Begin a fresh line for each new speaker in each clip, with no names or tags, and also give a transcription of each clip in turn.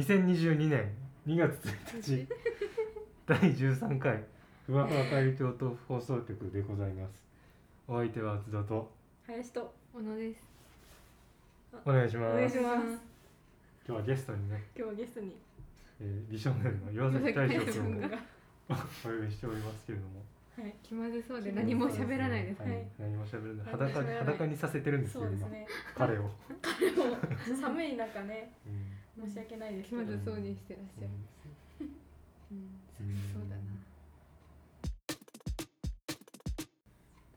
2022年2月1日第13回ふわふわ海峡と放送局でございますお相手は津田と
林と
小野です。
お願いし
お
ま
願い
す
します
今日はゲストにね、
今日はゲストに
えー美少年の岩崎大
岩
将
崎大将
君
君
を
が
お呼びしておりますけれども
はい
気まずそうで何も喋らないです。
は
はい
何も喋らない
何も
裸
喋らない
裸にさせてるんですけ
そう
ど
です
今
ね
彼を、
でも寒い中ね
うん
申し訳ないです
気
けど
まずそうにしてらっしゃる。うん、そうだな。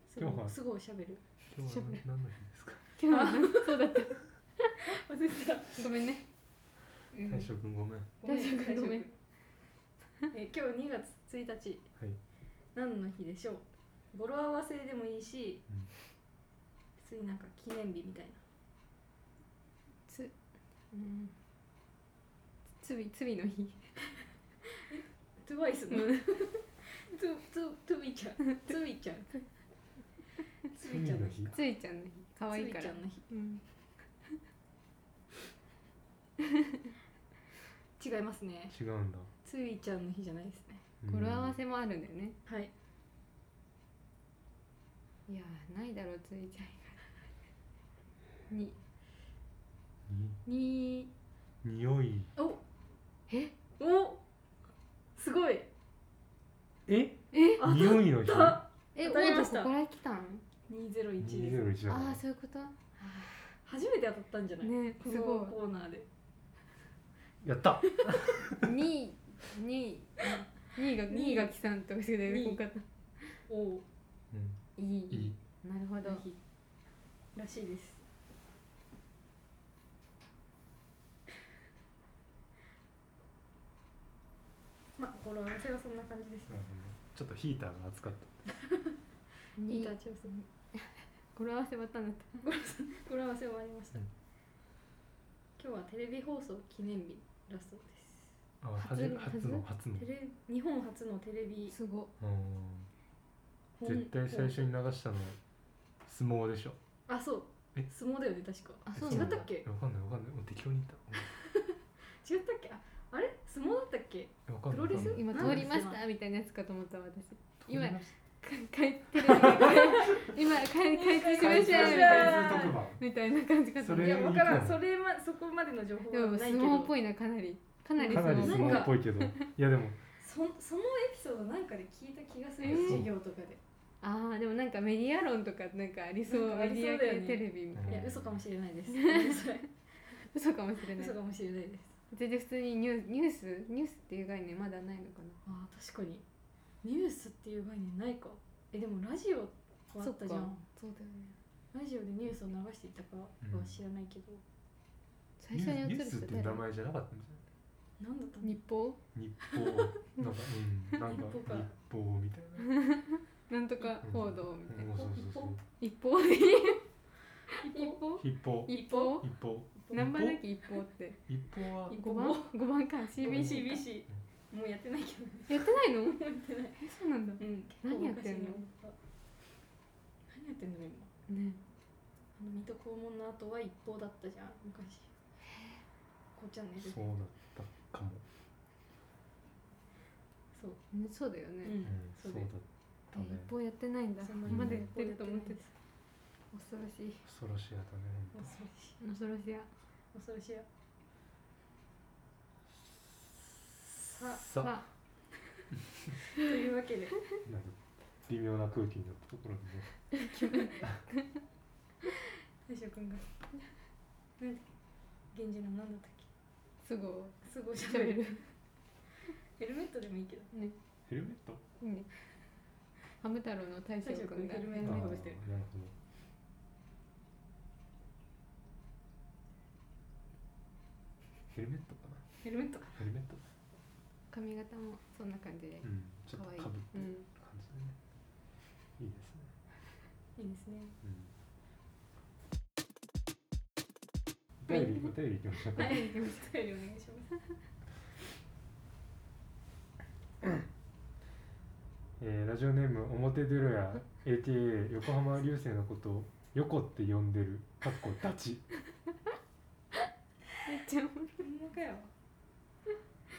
す
今日
ご
はい
すごいおしゃべる
今日は何何の日ですか
今日はねそうだった。
忘れてた
ごめんね。うん
大将君ごめんは
ごめん
大丈夫
大丈夫
ごめん
え今日2月1日
い
何の日でしょう語呂合わせでもいいし、
うん
普通になんか記念日みたいな
つ、うん、罪罪の日。
トゥワイスの
う
トゥトゥトゥイちゃんトゥイちゃんトゥイちゃんの日
ついちゃんの日。可愛いか
ついち
ら
ゃ。んの日
うん。
違いますね
違うんだ
ついちゃんの日じゃないですね
うん
語呂合わせもあるんだよね。
はい
いやーないだろうついちゃん以外。に
に
に
匂い
お
え
おすごい
え
え
あ
匂いの日
た
え
当
王
たり
女
ま
こ
した
こから来たん？
201です
2021だから
ああそういうこと。あ
初めて当たったんじゃ
ー
ない、
ね
こ
す
の
ごい。
コーナーで
やった
二二二が
二
二がきさんと後ろでこうかった。
おお
い
い
い
い
なるほど。
日らしいです まあ語呂合わせはそんな感じですね
ちょっとヒーターが熱かっ
いい
二
タッチをする
語呂合わせ終わったんだっ
語呂合わせ終わりました、
うん
今日はテレビ放送記念日だそうです
たあ
初
初
初
初の初の
テレ日本初のテレビ
た。すご
う
い。
ん絶対最初に流したの相撲でしょ
あそう
え
相撲だよね確か
あ
え
そう
違
な
っ
ん
た
だ
っ。け
わかんないわかんないもう適当に言った
違ったっけああれ相撲だったっけ
うんわかんない
プロレス
わかんない
今通りましたみたいなやつかと思った私。今
通りまし
かかいテレビが今かい開通しま
た
したみ
開通しました
いな
開通特番
みたいな感じかと思
そ
った。
れ
いや分から
い
ん
い
それまそこまでの情報
でも相
はないけど
撲っぽいなかなりかなり
か
相
なり
撲
相
っ
撲っぽ
ぽい。
いけどいやでも
そそのエピソードなんかで聞いた気がする、
えー
授業とかで
ああでもなんかメディア論とかなんかありそう
なんかあ
メデ
り
ィ
そう
ア
だよ
系
ね
テレビみたい
うん
い
な
や嘘かもしれな いですごめんなさい
嘘かもしれない
嘘。かもしれないです
全然普通にニューニュースニュースっていう概念まだないのかな。
あー確かにニュースっていう概念ないかえでもラジオはあったじゃ
そっ
ん
かそうだよね。
ラジオでニュースを流していたかは知らないけど、
最初に
ニ
映
ュ
る
ースっ
人
て名
誰？
前じゃなかったんじゃない
なんだったの
日報？
日報 なんかうんなんか
日報か
日報みたいな
なんとか報道みたいな。
うんそうそうそう
一報でいい。一報？
日報
一報？
一報
何番だっけ一報って？
一報は
五番？五番か。CBC。
CBCBC もうやってないけど
やってないの？
やってない
えそうなんだ。
うん
何やってんの
結構昔何やってんの今
ね。
あの水戸黄門の後は一方だったじゃん昔こうちゃんね
そうだったかも、
そう、
ねそうだよ
う
ね。
うん
ん、
そうだった
え
ね
一報やってないんだ。
そんな
に
まだやってると思ってた
た。
恐ろしい。
恐ろしいやったねほんと
恐ろしい
恐ろしいや。
恐ろしいよさあ
さ
あ
というわけで
なんか微妙な空気になったところでね
大将くんがなんだっけ源氏の何だったっけ
すご
すご
い
い喋
喋
る
る。
ヘルメットでもいいけど
ね。
ヘルメット
いいね。ハム太郎の大将君が
大将君ヘルメット
ああ
か
な
ぶ
る
ってる
ほどヘルメットかな
ヘルメットか
ヘルメット
髪型もそんな感じで
うんちょっ
可愛い
とかぶっ。て
う
る
ん。
感じでね、いいですね
いいですね
うんお便りお便りいきましょうか、
はいお便りお願いします
えーラジオネーム表出ろや ATA 横浜流星のことを横って呼んでるかっこダチ
めっちゃ
ほんまかよ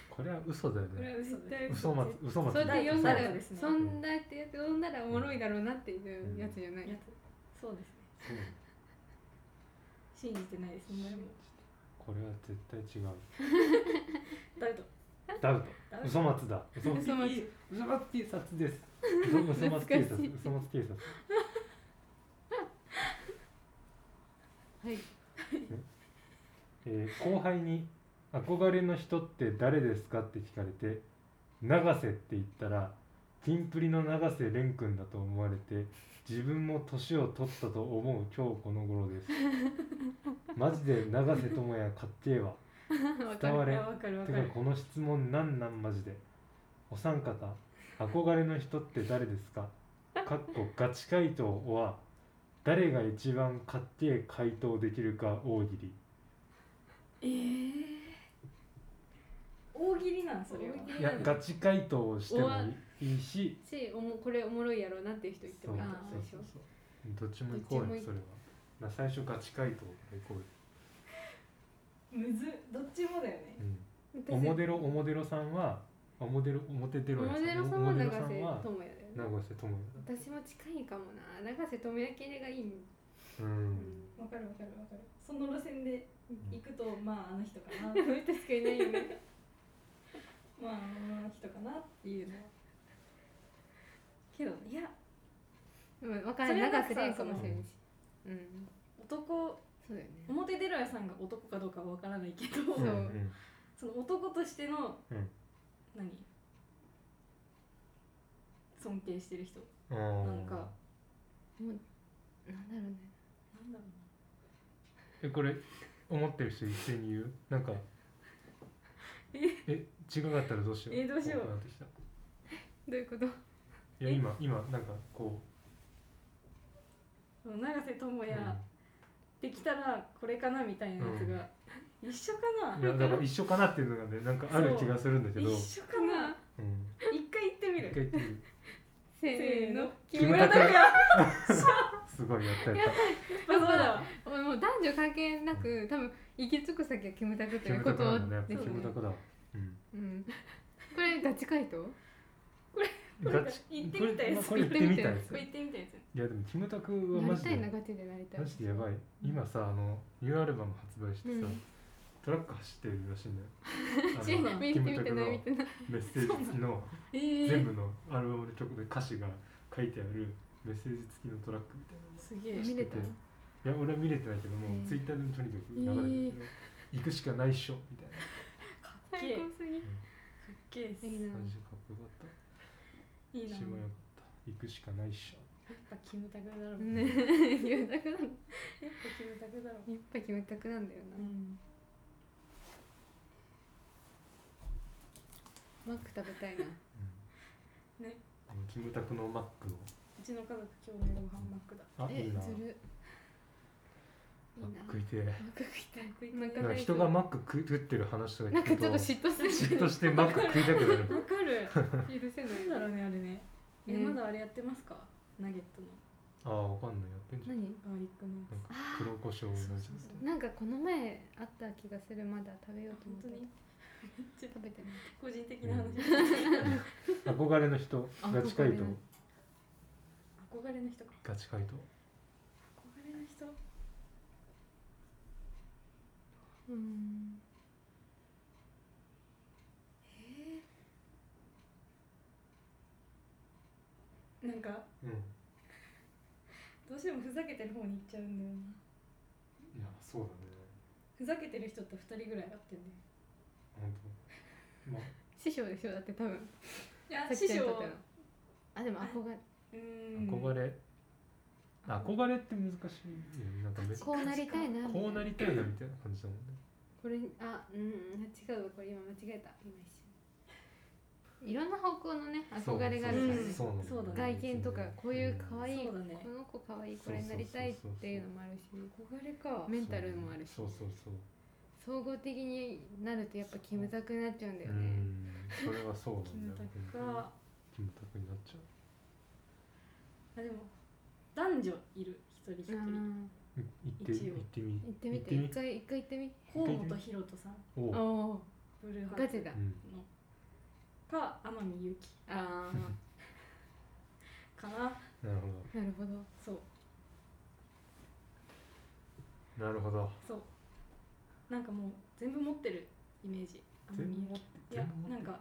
これは嘘だよ
これ
ね
は絶対
嘘松嘘松
そんな呼んだら
そうですね
そんなってやって呼んだらおもろいだろうなっていうやつじゃない、
やつそうですね
そう
信じてないですね誰も
これは絶対違う
誰と
ダウト
誰と
嘘松だ嘘
嘘松
いい
嘘松警察です嘘嘘松警察
懐かしい
嘘松警察
はい
えー後輩に「憧れの人って誰ですか?」って聞かれて「永瀬」って言ったらキンプリの永瀬廉君だと思われて自分も年を取ったと思う今日この頃 ですマジで永瀬智也かっけえわ
わか
伝わ
る
れ
あわかるわ
て
か
か
る
この質問なんなんマジでお三方憧れの人って誰ですかかっこガチ回答は誰が一番かっけえ回答できるか大喜利
えー大喜利なんそれはい
大喜
いやガチ回答をしてもいいし
しおもこれおもろいやろうなっていう人言ってもら
そう
ったでしょ
そうそうどっちも行こうよ
どっちも行
それはな最初ガチ回答で行こうよ、
むずっどっちもだよね
うん
私
おもでろおもでろさんはおもでろおもてでろ
お
や
もでろさん
お
は
もで
永
ろさん
瀬智也
は
だよね
長瀬智
私も近いかもな永瀬智也系がいいもん
也うん
わかるわかるわかるその路線で行くとまああの人か な
確かにないよね
まああの人かなっていうのはけどいや
うん分からん
それは
永瀬廉かもしれないしうん
男
そうだよね
表出ろやさんが男かどうかはわからないけど
そうん
その男としての、
うん
何尊敬してる人
うんあー
なんか
もうなんだろうね
なんだろ
えこれ思ってる人一斉に言うなんかえ違かったらどうしよう
えどうしよう
怖くなってきたい
どういうこと
や今今なんかこ
うな永瀬
う
智也、できたらこれかなみたいなやつが、一緒か
うんい
な
やだから一緒かなっていうのがねなんかある気がするんだけ
一
ど
緒かな
うん
一回行ってみ
一回
る
言ってみる
せ
ー
ー
の
の
木村拓すごいやったやった
まあそうだわ
もう男女関係なく多分行き着く先はキムタクって
キ
い
ム
う
タ
こ
クな
と
んだね
で
やっ
す
ぱキ
よ
ム
ね
タクだわうん
うんこれガチ回答
ガチ
行ってみたいです
これこれ行ってみたいで
これ行ってみたいです
いやでもキムタクは
な
マ
り
ジ
たいな
で
ガチでなりたい
マジでやばい今さあのニューアルバム発売してさ、
うん
トラック走ってるらしいんだよ
チェ
あ
ー
の
ン見
キ
て
ム
見
タ
て
ク
な
の
い見てない
メッセージ付きの全
えー
部のアルバムの曲で歌詞が書いてあるメッセージ付きのトラックみたいな
すげえ
見れ
知っ
た
ていや俺は見れてないけども、
えー
ツイッターでもとにかく流れてるけど、行くしかないっしょみたいな
っけ
最高
え
すぎ
かっけえっす
いいな
感じでかっこよかっ
いい
た
な
しもよかった行くしかないっしょ
やっぱキムタクだろう
ね
やっぱ
えキムタクなんだ
キムタクだろ
やっぱキムタクなんだよ
うう
な
ん
マック食べたいな
うん
ね
あのキムタクのマックを
うちの家族今日のご飯マックだ
あい
え
いな
ずるいい
マ
な
ック食いてえ
マック食いたい
マック食いたい
なんか
なんか
ない
人がマック食食ってる話とか聞
なんかちょ
く
っと
と嫉
嫉妬する
妬してマック食い たくなる
わかる
許せない
なんだろうねあれねえ
ね
まだあれやってますかナゲットの
ああわかんないやってんじゃん
何
ガーリックの
なんか
あ
黒胡椒のやつ
そうそうそう
なんかこの前あった気がするまだ食べようと思
本
っ
当
て
に
食べてない
個人的な話
憧れの人ガチ回答
憧れの
憧れの人か
ガチ回答
憧れの人
うん
なんか
うん
どうしてもふざけてる方に行っちゃうんだよない
やそうだね
ふざけてる人って二人ぐらいあってんだよ
本当まあ
師匠でしょだって多分
いや
さ
師
きちゃんに
匠
とってのあでも憧れ
うーん
憧れ、憧れって難しいよねなんかめ
こうなりたいなみたい
こうなりたいなみたいな感じだもんね
これあうん違うわこれ今間違えた今一瞬いろんな方向のね憧れがあるからね
そうそうそうなんだ
外見とかこういう可愛い、
そうだね
この子可愛いこれになりたいっていうのもあるし
憧れか
メンタルもあるし
そうそうそう
総合的になるとやっぱキムタクになっちゃうんだ
う
よね
んそれはそう
キ
な
ム
んだ
タ
よ
クか
キムタクになっちゃ
あでも男女いる一人一
あ
うい行って
人一応
行ってみ
ー行ってみて一回一回行ってみ
河本ヒロトさん
おう
おお
ブルーハー
ガ
ツ
チだ
うん
のか天海祐希
あ
かな
なる
あなるほど
そう
ほどなるほど
そうなんかもう全部持ってるイメージ天
全
海
部持っ
祐希
て
いや
全部持って
なんか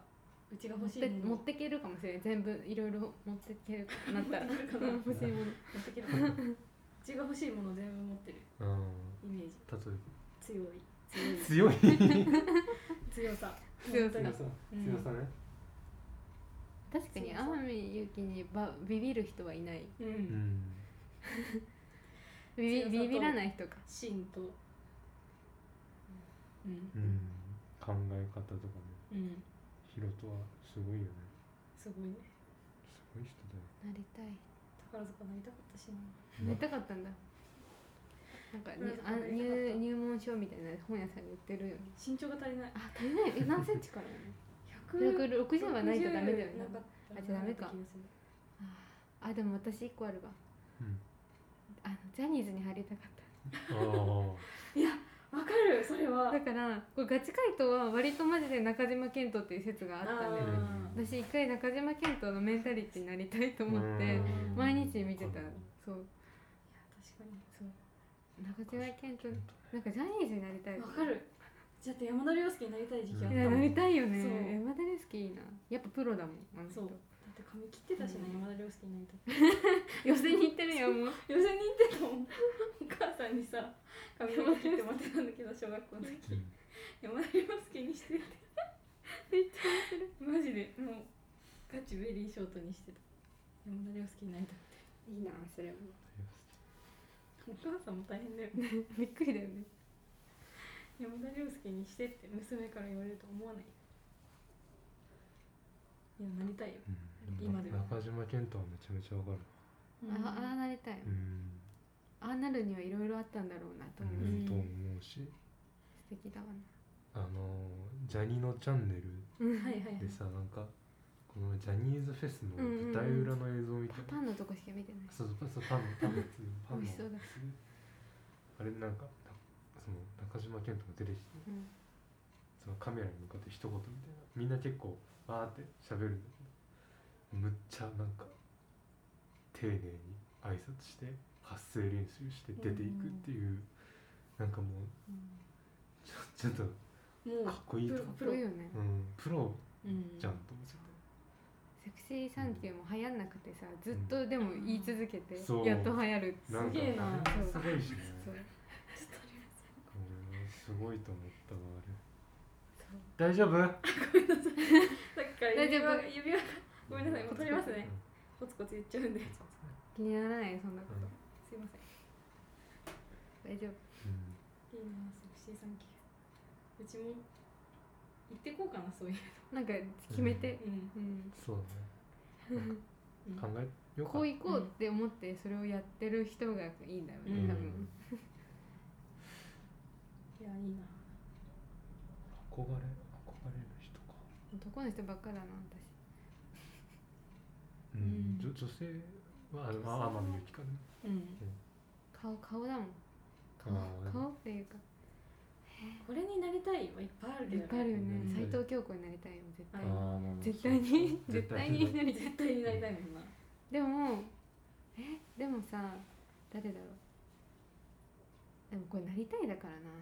うちが
持
欲
っ
していもの
持ってけるかもしれない全部いろいろ持ってけるかなったら
持ってけるか
う
な
ん欲しいもの
持ってけるかなうちが欲しいもの全部持ってる
うん
イメージ
例
強い強い
え強い強
強さ
強さ
本当に
さ
うん
強さね、
確かに
そうそう
天海祐希にばビビる人はいない
うん、
うん
ビ
強さ
ビ
と
ビビらない人か
芯とうん
うん、考え方とかね
うん、うん、
ヒロトはすごいよね
すごいね
すごい人だよ
なりたい
宝塚なりたかったしな
なりたかったんだなんかにあ
なりたかった
入入門書みたいな本屋さんに売ってるよね
身長が足りない
あ足りないえ何センチからなの
160
160はないとダメだよね
なかっ
あ
た
じゃあダメか
なかった気がする
あでも私1個あるわ
うん
あのジャニーズに入りたかっ
あ
いやわかるそれは
ただからこれガチ回答は割とマジで中島健人っていう説があったんだよね
あー
私一回中島健人のメンタリティになりたいと
あ
思って
うん
毎日見てた
うん
そう
いや確かに
中島健人なんかジャニーズになりたい
わかるじゃあって山田涼介になりたい時期あっ
い
た
や
も
なんりたいよね
そう
山田涼介いいなやっぱプロだもんあの
そ
人
うだって髪切ってたしな、
うん
山田涼介になりたい
寄せに行ってるよもう
寄せに行ってたもんお母さんにさ髪の毛切ってもらってたんだけど小学校の時、山田涼介にしててめっちゃ面白いマジでもうガチベリーショートにしてた山田涼介になりたい
いいなそれも
お母さんも大変だよね
びっくりだよね
山田涼介にしてって娘から言われると思わないいやなりたいよ
うん
今では
中島健人はめちゃめちゃわかる
あああなりたい
うん、
ああなるにはいろいろあったんだろうなと
う
思う、
うん
ん、と思うし
素敵だわな
あのジャニのチャンネル
うん
はいはいはい
でさなんかこのジャニーズフェスの舞台裏の映像みたい
パ
な、
パンのとこしか見てない
そうそうそうパンのパンのやつパンの
美味しそうだ
やつあれなんかなその中島健人が出てきて
うん
そのカメラに向かって一言みたいなみんな結構わーって喋るんだけどむっちゃなんか丁寧に挨拶して発声練習して出ていくっていう、なんかもう
う
ちょちょっと
ん
か
も
っこいいとか、
プロよね
うん、プロ
う、うん、
じゃんと思っちゃっ
セクシーサンキューも流行んなくてさずっとでも言い続けて、
そう
やっと流行る
たなんか
すげえな
あれもすごいしね
そう
うんすごいと思ったわあれ
そう
大丈夫
さっきから指輪が指輪がごめんなさいもう取りますね
う
コツコツ言っちゃうんで
ん
気にならないそんなこ
うん
すいません
と大丈夫
うん
いいなセクシーサンキューうちも行ってこうかなそういう
なんか決めて、
うん
うん
そうだねなんか
うん
考えようか
こう行こうって思ってそれをやってる人がいいんだよね、
う
多
ん
うん
分
いやいいな
憧れ憧れる人か
男の人ばっかだな私
う
うんん
女女性はあのまあ天海祐希かね
うん
顔顔だもん
あー
顔っていうか
これになりたいはいっぱいある
い
け
っ
ど
ぱいあるよね
うん
斎藤京子になりたいよ絶
あ
対
ーまあ
絶対に
そう
絶対になりたい
絶対になりたいもんな
でもえでもさ誰だろうでもこれなりたいだからな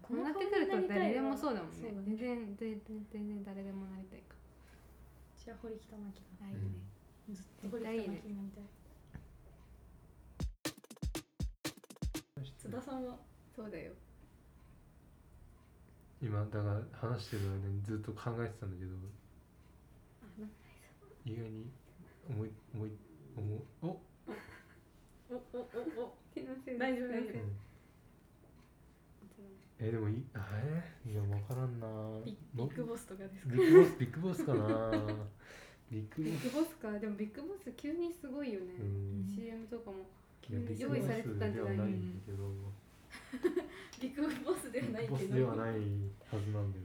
こうなってくると誰でもそうだもんね
そうだ
全然全然全然誰でもなりたいか
じゃあ堀北真希
あ
だ
いいね、
ずっと堀北真希になりたい津田さんは
そうだよ
今だから話してる間にずっと考えてたんだけど
あな
意外に思い思い思うお
おおおお
気のせい
大丈夫大丈
う
夫
んえでもいえーいや分からんな
ビビ
の
ッグボスとかですか
ビッグボスビッグボスかなビッグ
ビ
ボ
ッ
ス
グボスかでもビッグボス急にすごいよね、
うん
CM とかも
いやビッグボス
用意されてたんじ
で
ゃ
は
ない
ないんだけど
ビッグボスで
ビ
はな
ッ
い
グ
け
ボ
ど
スではないはずなんだよね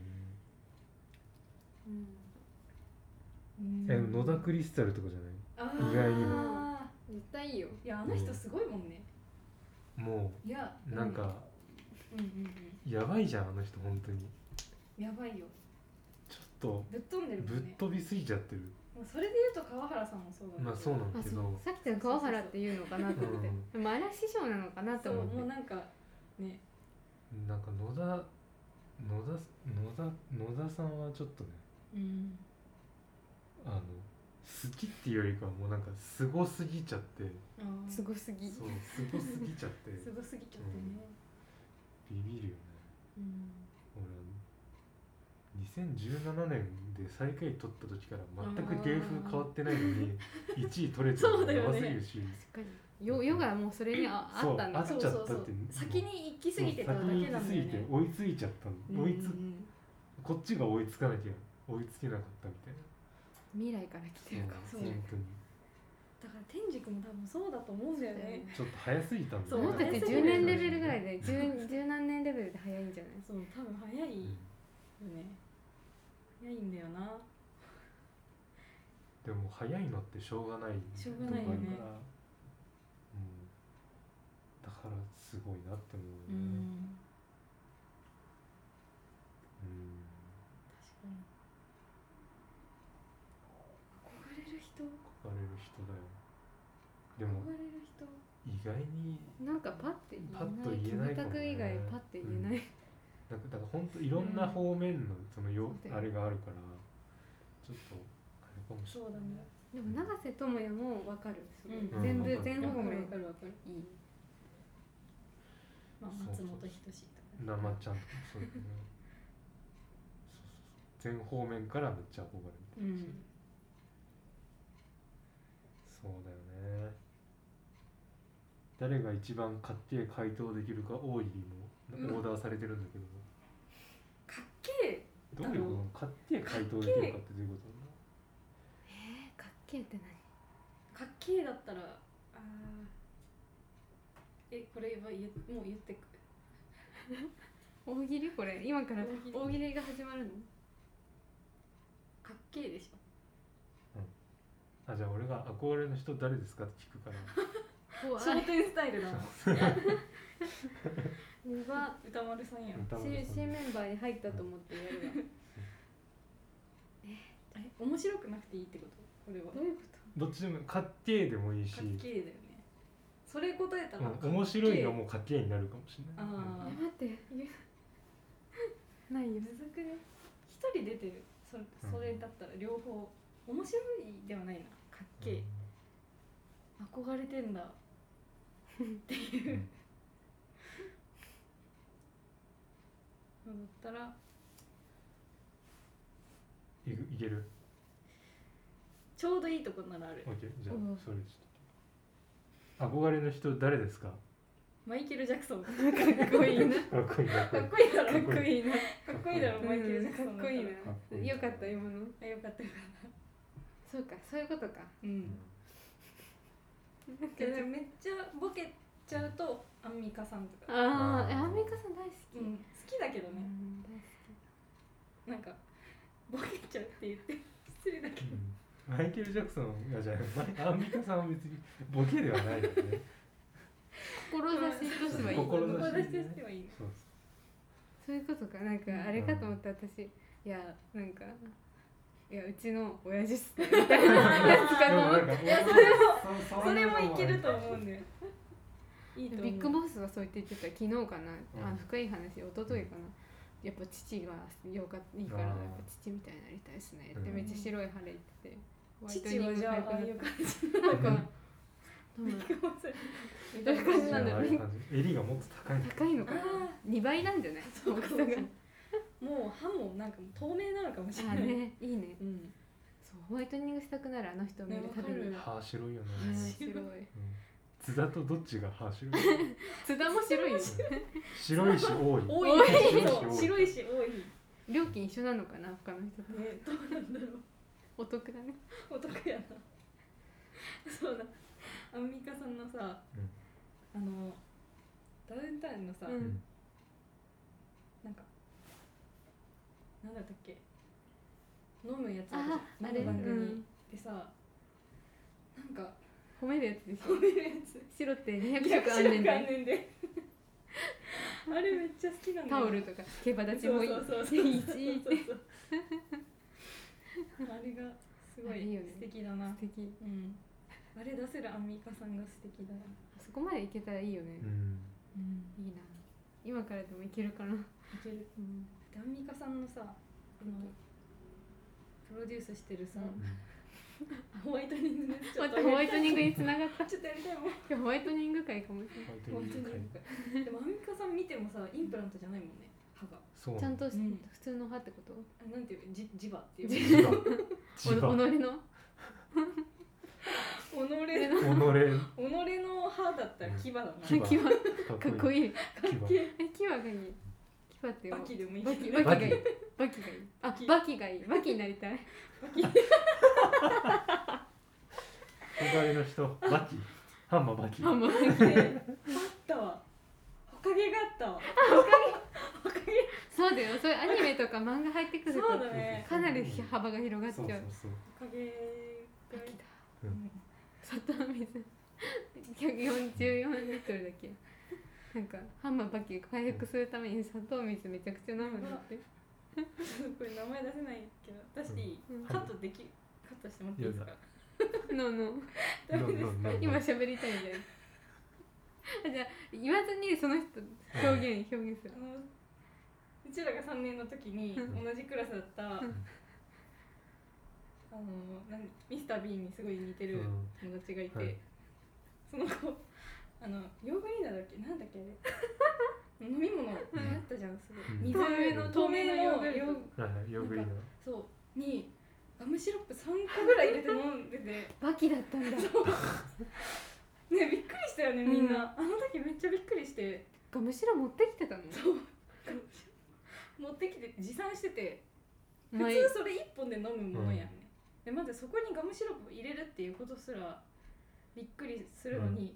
うん
え野田クリスタルとかじゃない
あ
意外に
も
も絶対いいよ
いやあの人すごいもんね
も
いや
うなんか
うんうんうん
やばいじゃんあの人本当に
やばいよ
ちょっと
ぶっ飛んでるも
ぶっ
んね
飛びすぎちゃってる
まあそれで言うと川原さんもそうだね
まあそうなんだ
あ
け
そ
ど、
うさっきの川原っていうのかなと思って、
うん
でもあれは師匠なのかなと
そう
思
もう
って
なんかね
なんか野田野田野田野田さんはちょっとね
うん
あの好きっていうよりかはもうなんかすごすぎちゃって
あー
す
す
ごすぎ
そうすごすぎちゃっ て
ごすぎちゃってね
ビビるよね
うん
俺2017年で最下位取った時から全く芸風変わってないのに1位取れてる
そう
の
だよ
やば
ね
すぎるし
確かによヨガもうそれにああ
そう
ったん
あ
だ
っ
そう
ち
そ
ゃ
う
っ
そ
たっ
う
て
先に行き過ぎてただけなんだ
そ
よ
う先に行き過ぎ
ね
て追いついちゃったの追いつ
うん
こっちが追いつかなきゃ追いつけなかったみたいな
未来から来てるかも
そう
本当に
だから天竺も多分そうだと思うんだよね
ちょっと早すぎたんだ
そう
よ
も
ね
っとって
早すぎ
10
る
年レベルぐらい
で、
で10 10何年レベルで早いんじゃない
そう多分早いよ
う
ね
ん
早いんだよな
でも早いのってしょうがない
しょうがないよね
とこあるからうん、だからすごいなって思う
う
よね、
ん
うん
確かに憧れる人
憧れる人だよでも
憧れる人
意外に
なんかパッて言え
パ
ない
ッと言えないかもね
キムタク以外パッて言えない、
なんかだから本当いろんな方面のそのよ、
そうだよ
あれがあるからちょっとあれかもしれ
そうだ
ない
ね
でも永瀬智也もわかる、すごい
うん
全
う
部
ん
全方
わ
面
か
い
るわかるわかる
い
まあ
そう
松本人志とか
生ちゃんとそう だねそうそうそう全方面からめっちゃ憧れる
うん
そうだよね誰が一番買って回答できるか多いにもオーダーされてるんだけど、
かっけ
どういうこと買って回答できるかってどういうこ
えー、かっけえって
えかっけえだったらあーえこれは言えもう言ってく
何大喜利これ今から
大喜利
大喜利が始まるの
かっけえでしょ
となのあじゃあ俺が憧れの人誰ですかって聞くから
怖い
商店スタイルだもん
やば
歌丸さんやん
歌丸
新
さん
新メンバーに入ったと思ってやるわ
え面白くなくていいってことこれは
どういうこ
どっちでも買ってでもいいし
かっけえだよねそれ答えたらかっけ
う
え
ん、面白いがもう家計になるかもしれな
あ
い、
と
あ
や待って言うないよ
むずくね一人出てるそれそれだったら両方面白いではないなかっけえ、憧れてんだっていうのだったら
うんいくいける
ちょうどいいとこならある
OK じゃあ
うん
それちょっと憧れの人誰ですか
マイケル・ジャクソンか
かっこいいな
かっこいいな
っこいいだろ
か
か
っこいいな
っこいいだろマイケル・ジャクソ
か
ン
っこ
だたら
いい
かっこいい
なよかった今の
あよかったよかっ
そうかそういうことか
たう
うんん
なんか
けどめっちゃボケちゃうとアンミカさんとか
あ
あー
ーえアンミカさん大好き、
うん好きだけど
う
ね
ん大好
なんかボケちゃうって言って失礼だけど
うんマイケル・ジャクソンがじゃないアンミカさんは別にボケではないよね
き志としてはいい
心
志
志
と してはいい
そう
そういうことかなんかあれかと思って私いやなんかいやうちの親父っすねみたいな やつかと思っ
かそ
それもいけると思うんだ
ね
よいいと
て
思う
ビッグボスはそう言って言ってた昨日かな、
うん
あの深い話一昨日かなやっぱ父がよかいいから
あー
やっぱ父みたいになりたいっすねって
うん
めっちゃ白い晴れ言ってて
父はじゃあああいう感じ
あなんか
うん
多分
ビッグボスみ
どういう感
な
じなんん
だ
だ
よ
よ
ね襟がもっと高いの
高いのかな
あ
2倍なんじゃない
あそうかも
大きさ
もう歯もなんかもう透明なのかもしれ
があ
ない、
ーねいいね
うん
そうホワイトニングしたくなるあの人を見るたびに、
ね
ね、
歯白いよね、
白い
うん津田とどっちが歯白い
津田も白いよ
白いし多い
多
多
い
い
そう白いし多い
料金一緒なのかな他の人と
ねどうなんだろ
お得だね
うお得やなそうだアンミカさんのさ、あのダウンタウンのさ、
うん
なんかなんだったっけ飲むやつるじゃん
ああれ、う
飲む番組、
ん、
でさなんか
褒めるやつでし
飲
ょ
めるやつ
白って200
逆
色あんねんで
ねんであれめっちゃ好きなんだ
タ
よ
オルとか毛羽立ちもいい
そうそうそうそうそう
いいいい
そうそう
いいよね
素敵だな
素敵
うんあれ出せるアンミカさんが素敵だよ
そこまでいけたらいいよね
う、ん
うん
いいな今からでもいけるかな、
いける
うん、
でアンミカさんのさあのプロデュースしてるさ、
うん
ホワイトニングちょ
ま
っ
た
と
ホワイ
や
トニングに繋がっ
りたいちょっとやりたいもん
てホワイトニング会かもしれない
本当
ホワイ
に
トニングでもアンミカさん見てもさインプラントじゃないもんね歯が
そう
ちゃんとし、
うん
普通の歯ってこと
あなんていうじ磁場っていう
じ
自我
お
自我
己の
己
己の
の己の歯だったら牙だな
牙
キバかっこ
い牙
いいえキバがいいキバってよ
バキでもいい
バ
け
キ
ど
バ
ね
キがいいバキがいいあバキがいいバキになりたい
憧れの人バキハンマーバキ
あもう
あったわおかげがあったわおかげ
そうだよそういうアニメとか漫画入ってくる
そう
と
だね
かなり幅が広がっちゃ
そううそうそう
おかげ
バ
が
キだ
うん
砂糖水144リットルだっけなんかハンマーバキ回復するために砂糖水めちゃくちゃ飲むんだって、
これ名前出せないけど出していい
うん
カットできカットしてもらっていいですか
のの
ダメです
ななな
今喋りたいんだよあじゃあ言わずにその人表現表現する
あのうちらが3年の時に同
ん
じクラスだった、あのなんミスター・ビーンにすごい似てる
うん
友達がいて、
はい
その子あのヨーグリーナだっけなんだっけあ れ飲み物あったじゃんすごい、
うん
水の透明のヨーグルト
はいはいヨーグリーナ
そうにガムシロップ3個ぐらい入れて飲んでて
バキだったんだ
ねびっくりしたよねみんな、あの時めっちゃびっくりして
ガムシロ持ってきてたの
そうガムシロップ持ってきて持参してて普
前
通それ1本で飲むものやんね、でまずそこにガムシロップ入れるっていうことすらびっくりするのに、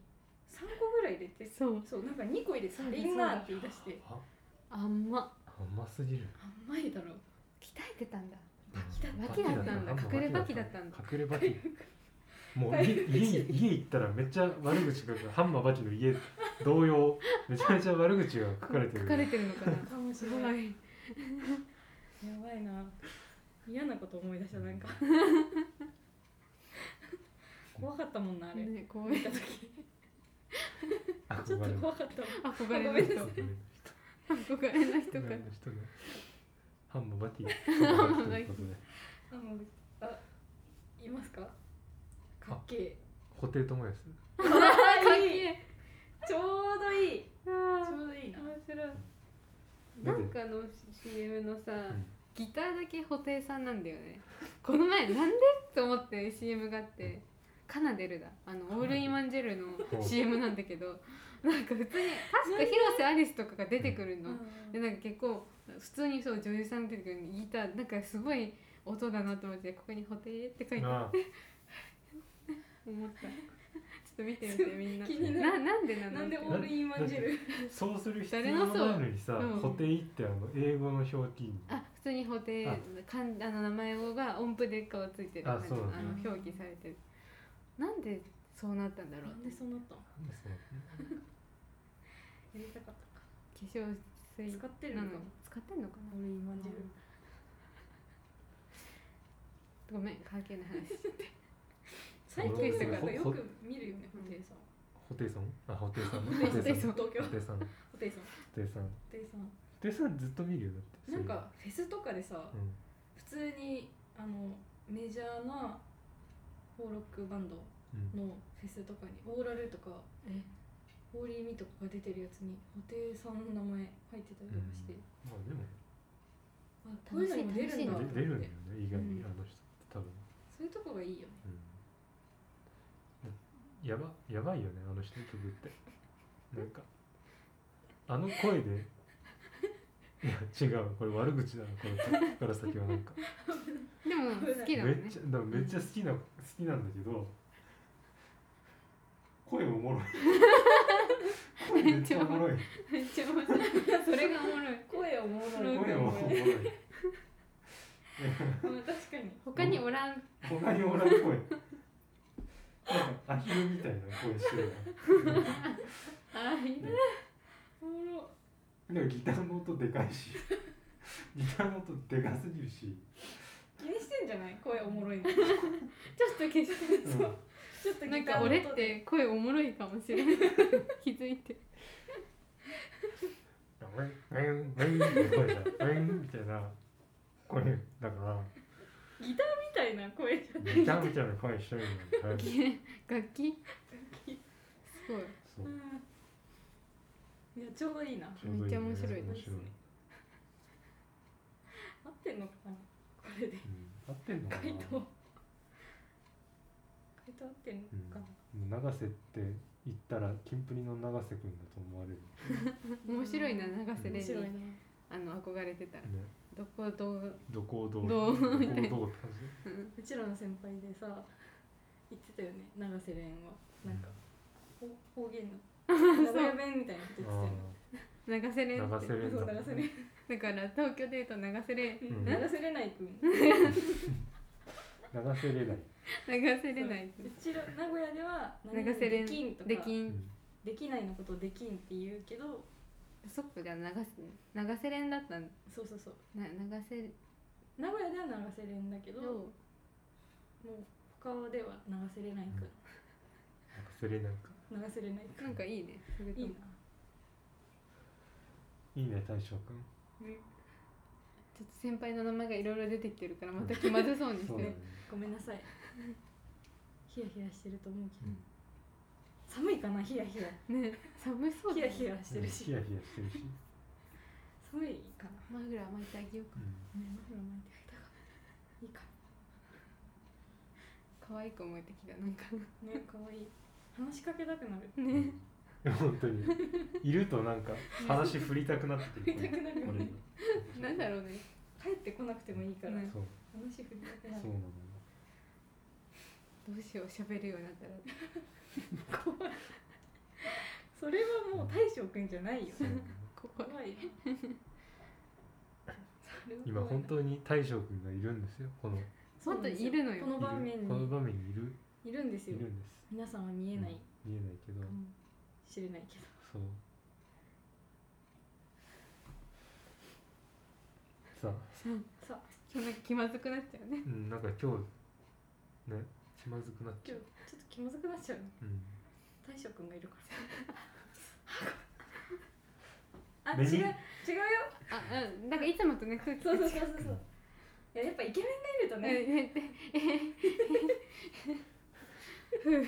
3個ぐらい入れて
そう
そうなんか2個入れて
そうだ
リンナーって言い出して
あ
甘っ
甘すぎる
甘いだろ
鍛えてたんだ
バキだ
バキだったんだ
バキ
隠れバキだったんだ
隠れバキもうい家に家行ったらめっちゃ悪口が書かれてるハンマーバキの家同様めちゃめちゃ悪口が書かれてる
書かれてるのかな
かもし
す
れ
ご
ない
い
やばいな嫌なこと思い出したなん か怖かったもんなあれ、
ねこう
見
いう
た時ちょ
憧
っと
れの
怖かったもん
憧れの
ごめん
人
な
憧れの
憧れの
人憧れ
人か
の人がハンマーバキハンマーバキということで
あもうあいますかかっけえ
布袋寅泰
か
か
っ
っ
け
け
え
え
ちょうどいい
あ
ち
ー
ょうどいいな
面白い
な
なん
で
んかの CM のさ、
ん
ギターだけ布袋さんなんだよねこの前なんでと思って CM があってカナデルだあのオールインワンジェル
ほう
の CM なんだけどなんか普通に確か広瀬アリスとかが出てくるの、でなんか結構普通にそう女優さん出てくるのにギターなんかすごい音だなと思ってここに「布袋」って書いて
あ
思ったちょっと見てみてみんな
気にな
な
る
なんでなの
なんでオ
って
ールインワンジェル
そうする必
誰
要
の
も
そ
な
う
いのにさ
うん
布袋ってあの英語の表記に
あ普通に布袋かんあの名前が音符でこうついてる
あ
感じ
そ
の
うなんだ
あの表記されてるなんでそうなったんだろう
なんでそうなったの
なんでそう
やりたかったか
化粧水
使ってる
な
の
の
か
使ってんのか
オールインワ
な
ンジェル
ごめん関係ない 話
最
びっくりし
近
た
とかよ
ほ
く見るよね布袋さん
布袋さんあ布袋さん
布袋
布
さん
東京
袋さん
布袋さん
布袋さん布袋さ
布袋さん
んずっと見るよだって
なんかフェスとかでさ
そういうの
普通にあのメジャーなフォーロックバンド
うん
のフェスとかにオーラルとか
え
ホーリーミーとかが出てるやつに布袋さんの名前入ってたりとかして、
まあでも
あこういうのにも出るんだと思っ
出るんだ
て
よね意外に
うん
あの人って多分
そういうとこがいいよね
うんやばやばいよねあの人の曲ってなんかあの声でいや違うこれ悪口だなこの曲から先はなん か
でも好きだも
め
ん
っ
ね
ちゃだからめっちゃ好きな、好きなんだけど声もおもろい声 めっちゃおもろい
めっちゃ面白いそれがおもろい
声おもろい
声もお もろい
うん確かに
他におらん
他におらん声なんかアヒルみたいな声してるな
あいい
おもろ
でもギターの音でかいしギターの音でかすぎるし
気にしてんじゃない声おもろいのと消して
うん
そうちょっと
なん
ギター
か
の音
俺
で
って声おもろいかもしれない 気づいて
ウェンウェンウェンって声だウェンみたいな声だから
ギターみたいな声じゃ
めちゃ
ん
めちゃな声してるのに
楽器すごい
そう
いやちょうどいいな
ちょうどね
めっちゃ面白い
面
で
白
す
い
ね合ってんのかなこれで
うん合ってんのかな
回答回答合ってんのかな、
長瀬って言ったらキンプリの長瀬くんだと思われる、
面白いな永瀬
面
廉
白い
に
な
あの憧れてたら
ね、
どこどう
どこをどう
どう
どこをどうって
みたいな
感
うちらの先輩でさ言ってたよね永瀬廉は
じ
なんか方方言の 名古屋弁みたいなこと言って
あ
流せれん
ー
っ
長
て
瀬
たよね
廉
そう
だ
永瀬廉
だから東京デート流せれん
ん
永瀬れないくん
長瀬れない、
流せれないう
ちら名古屋では
流せれん
できんとか
でき
うんん
できないのことをできんって言うけど
そっかじゃあ流せ流せれんだったん
そうそうそう
な流せる
名古屋では流せれんだけども
と
う他では流せれないく
長瀬れないか
ん流せれないく
なんかいいねそれと
んいい
も
ない
いね大将くん
ちょっと先輩の名前がいろいろ出てきてるからまた気まずそうにし
そ
て
うだね
る、
ごめんなさいヒヤヒヤしてると思うけ
うん
ど寒いかなヒヤヒヤ
ね寒そう
ヒ
だ
ヤ
よ
ヒヤしてるし
ヒヤヒヤしてる し、
寒いかな
マフラー巻いてあげようか
う
ねマフラー巻いてあげたからいいか
可愛く思えてきたなんか
ね可愛い話しかけたくなる
ん
ね
うん本当にいるとなんか話振りたくなってくる
振りたくなるよね
俺
なんだろうね
帰ってこなくてもいいから
ね
そう
話振りたくな
そうな
る
のよ
どうしよう喋るようになったら
怖いそれはもう大将くんじゃないよ
そうなのよ
怖
怖
い
いよそれは怖いな
今本当に大将くんがいるんですよこの
そうなんです
もっといるのよ
この場面に
いるこの場面にいる
いるんです
い
よ
るんです
皆さんは見えないか
見えないけど、
もしれないけど
そうさあ
さあ
そんな気まずくなっちゃうね
うん、なんか今日ね気まずくなっちゃう
今日、ちょっと気まずくなっちゃうな
うん、
大将くんがいるからあ
目
違う
に
違うよ
あうんなんかいつもとね空気が
そ
違
う
う
そうそうそうそういややっぱイケメンがいるとね
ね
へへふうへへ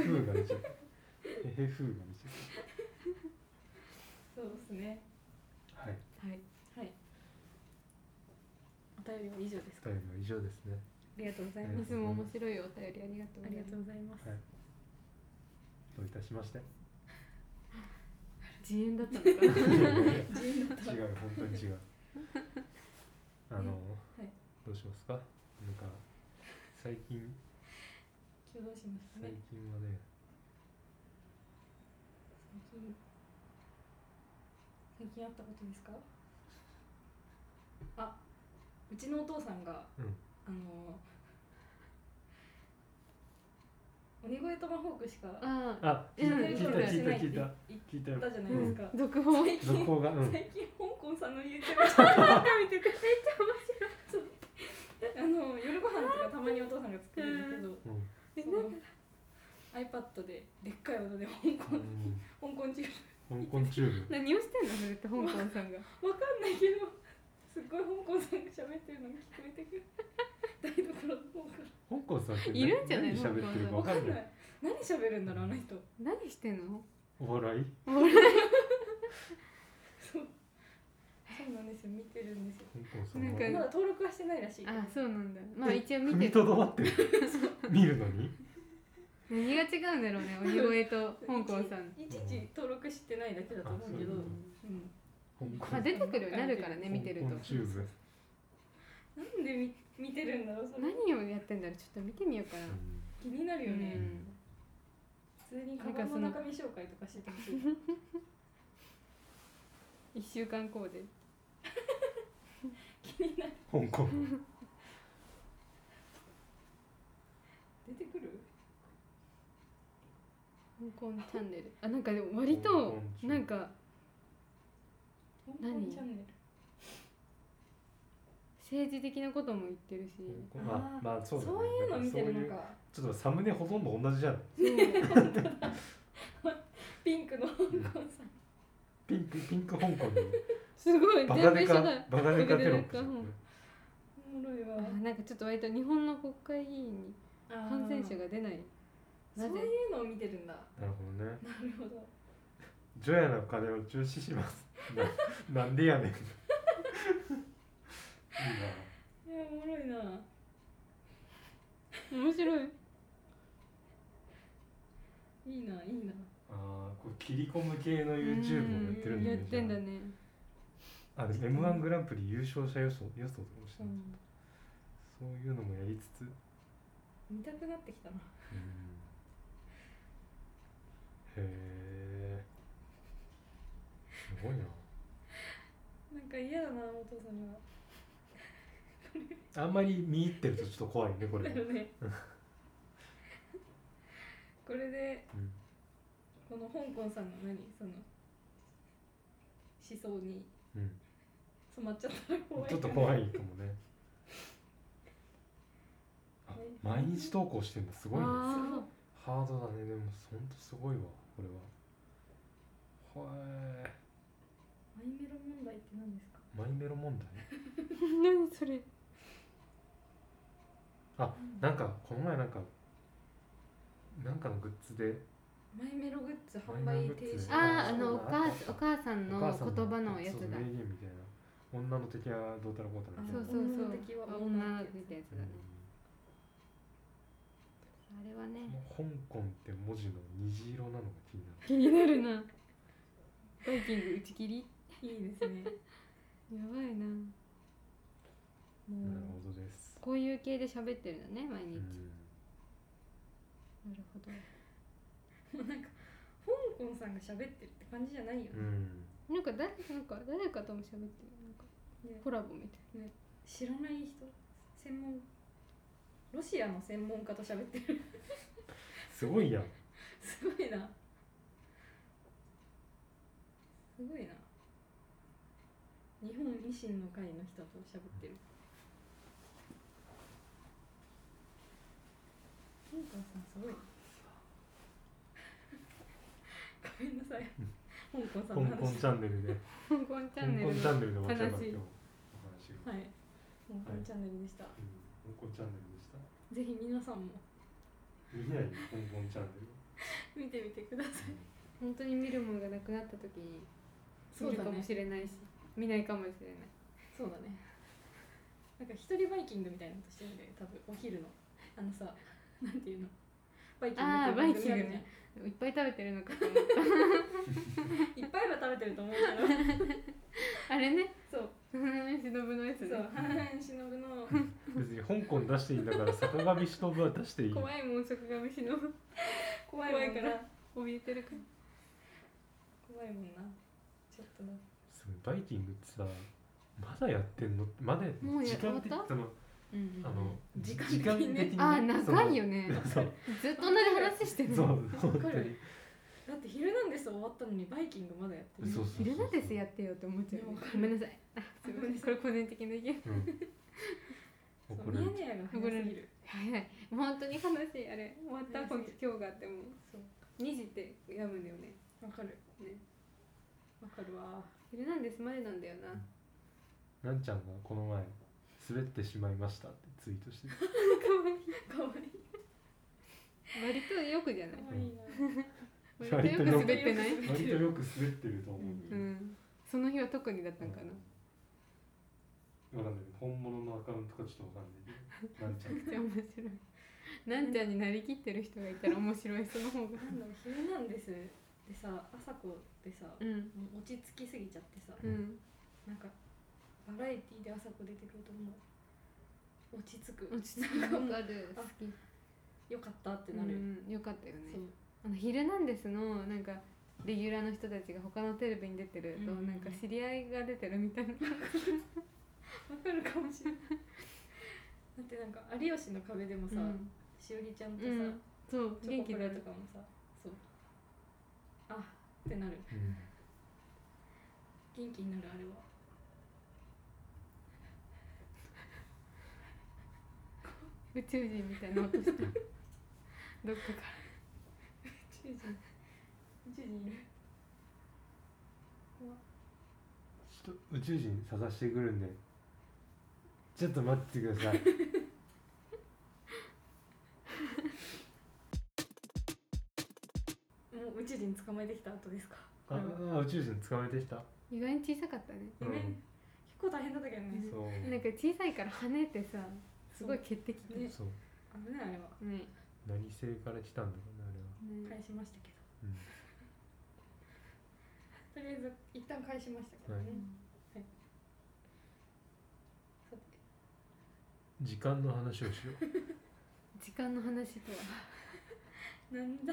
ふうが出ちゃったへへふうが出ち
そうですね
ゃったはい
はい
はいお便りは以上です
お
かあ
便りは以上ですね
りがとうござい
うん
ま
い
す
つも面白いお便りありがとう
あ
ご
り
ざ
が
いま
とうございます
はいどういたしま して
す自演だったのか
違
な
う
自由になった
本当に違うあの、
はい
どうしますかなんか最近
今日どうしますか
最
ね
近はね
最近最近あったことですかあうちのお父さんが、
うん
あの鬼越トマホークしか
ああ
あ聞いた
うん
聞いた聞いた聞いた
言っ
聞いた
た
よ
じゃないですか、
続報
最近
続報 がうん
最近香港さんの YouTube ばっか見ててめっちゃ面白いあの夜ご飯とかたまにお父さんが作るんだけど
うん
その iPad ででっかい音で香港
う
香港中
ん香港チューブ
何をしてんのそれって香港さんが
わかんないけどすっごい香港さんが喋ってるのが聞こえてくる台所の方か
香港さんって
いるんじゃない
何喋ってるからわ
わ
か
か
ん
ん
な
ないい何喋るんだろうあの人
何してんの
お笑い
そうそうなんですよ見てるんですよ
香港さんは
なんか
まだ登録はしてないらしいけど
あそうなんだまあ一応見
踏
て
み
る
とどまってる見るのに
何が違うんだろうね鬼越と香港 さん
いちいち登録してないだけだと思うけど
あ
う
そうなん香
まあ
港
出てくるようになるからね見てると
香港チューブ
なんでみ見てるんだろうそれ
何をやってんだろうちょっと見てみようかな
気になるよ
う
ね、
ん
普通にカバンの中身紹介とかしててほしい
一週間コーデ
気になる
香港
出てくる
香港チャンネルあなんかでも割となんか
香港
何
チャンネル
政治的なことも言ってるし、
まあ、まあ、そうだね
そういうの見てる
なん
の
か
か
そういうちょっとサムネほとんど同じじゃん
そう
ピンクの香港さん
ピンクピンク 香港の
すごい
バ
全
カ
部
デ
一緒
カ
だよ
バカデカテロップ
バカデカうん
おもろいわ
あなんかちょっと割と日本の国会議員に感染者が出ない
そ
な
う
ぜ
いうのを見てるんだ
なるほどね
なるほど
除夜の鐘を中止し ますななんでやねんいい
いやおもろいな
面白い
いいないい
な
な
あーこう切り込む系の YouTube もやってるんだ
やっ
ね
てんだね、
あでも m 1グランプリ優勝者予想予想とかもして
う
る
ん
そういうのもやりつつ、
見たくなってきたな
へえすごいな
なんか嫌だなお父さんが
あんまり見入ってるとちょっと怖いねこれ
だ
は、うん
よねこれでこの香港さんの何その思想に
うん、
染まっちゃったら 怖い
ちょっと
い
怖いかもねあ毎日投稿してんだすごいね
あー
ハードだねでもほんとすごいわこれはへえ
マイメロ問題って何ですか
マイメロ問題
何それ
なんかこの前なんかなんかのグッズで
マイメログッズ販売停止
あーあ
ー
のお母さんお母さん
お
の
母さん
言葉のやつ
そう
だ
名言みたいな女の敵はどうたらこうたらみたい
そ
な
うそうそう
女の敵は
女みたいなやつだね
う
あれはね
んもう香港って文字の虹色なのが気になる
気になるなバイキング打ち切りや
いいですね
ばいな
なる
も
ほどです
こういう系で喋ってるんだね毎日、なるほど
うもうなんか香港さんが喋ってるって感じじゃないよね
うん、うん
なんか誰なんか誰かとも喋ってるなんか
ね
コラボみたい
知らない人専門ロシアの専門家と喋ってる
すごいやん
すごいなすごいな日本維新の会の人と喋ってる香港さんすごい ごめんなさい香港さ
香
んの
港
話
チャンネルで
な香港チ
香
ャンネル
港チャンネルで終わっちゃった
話
今日のお話が
はい香港チャンネルでした、
うん香港チャンネルでした
ぜひ皆さんも
見ないよ香港チャンネル
見てみてください
本当に見るものがなくなった時に
そう
見る
だ
か
ね
もしれないし、見ないかもしれない
そうだねなんか一人バイキングみたいなことしてるんだよ多分お昼のあのさなんていうのバイキング
あーバイキング
ね
ねいっぱい食べてるのかと思っ
いっぱいは食べてると思うけど
たあれね
そう
忍ぶのやつ
そう
ね
半しのぶ の
別に香港出していいんだから坂上忍は出していい
怖いもん坂上忍
怖いもん
怖
な
いから怯えてるから
怖いもんなちょっとな
すごいバイキングってさまだやってんのまだやってんの
もうや
時間的
終わっ
その
うん
あの
時間
時
的
間
にね
的に
あー長いよ
ね
ね
その
ずっと同じ話してる
そうそう
の
本
わか
当に
るだって「ヒルナンデス」終わったのにバイキングまだやってる
そうそうそう
昼なんですやってよって思っちゃうよね
でも
ごめんなさいあすごいこれ個人的な意見
うん
そう
怒ら
ニ
れ
ヤ
る
ニヤが早すぎる
早いもう本当に悲しいあれ終わった
早
今
すぎる
今日があっても
そう
う2時ってやむんだよね
わかる
ね
わ かるわ
「ヒルナンデス」前なんだよな
なんちゃんがこの前滑ってしまいましたってツイートしてた
かわいい
割とよくじゃない
かわいいな
割とよく滑ってない
割
割とよく滑ってると思う
う
うん
んその日は特にだったんかな
わかんない本物のアカウントかちょっとわかんない けどなんちゃん
めっちゃ面白いなんちゃんになりきってる人がいたら面白いその方が
なんだろう「ヒルナンデス」でさ朝子ってさ
うん
もう落ち着きすぎちゃってさ
うん
なんかバラエティーで朝子出てくるともう落ち着く
落ち着く
なん
感
か
がある好き
よかったってな
う
る、
んよかったよね
そう
あの「ヒルナンデス」のなんかレギュラーの人たちが他のテレビに出てると
うん
なんか知り合いが出てるみたいな
わかるかもしれないだってなんか「有吉の壁」でもさ、
うん
しおりちゃんとさ、
うんそう
チョ
元
コ
気
プ
だ
ラ
と
とかもさそうあってなる
うん
元気になるあれは
宇宙人みたいな音したどっかか
宇宙人宇宙人いる怖っ
ちょっと宇宙人探してくるんでちょっと待っててください
もう宇宙人捕まえてきた後ですか、
ああ宇宙人捕まえてきた、
ら意外に小さかったね
う
ね
ん、
結構大変だったけどね
そう
なんか小さいから跳ねてさすごい
そう
潔癖
ね
そう
危ないあれは
ねね
何星から来たんだろうねあれは、
返しましたけど
うん
とりあえず一旦返しましたけどね、
はい
はいさて
時間の話をしよう
時間の話とは
なんだ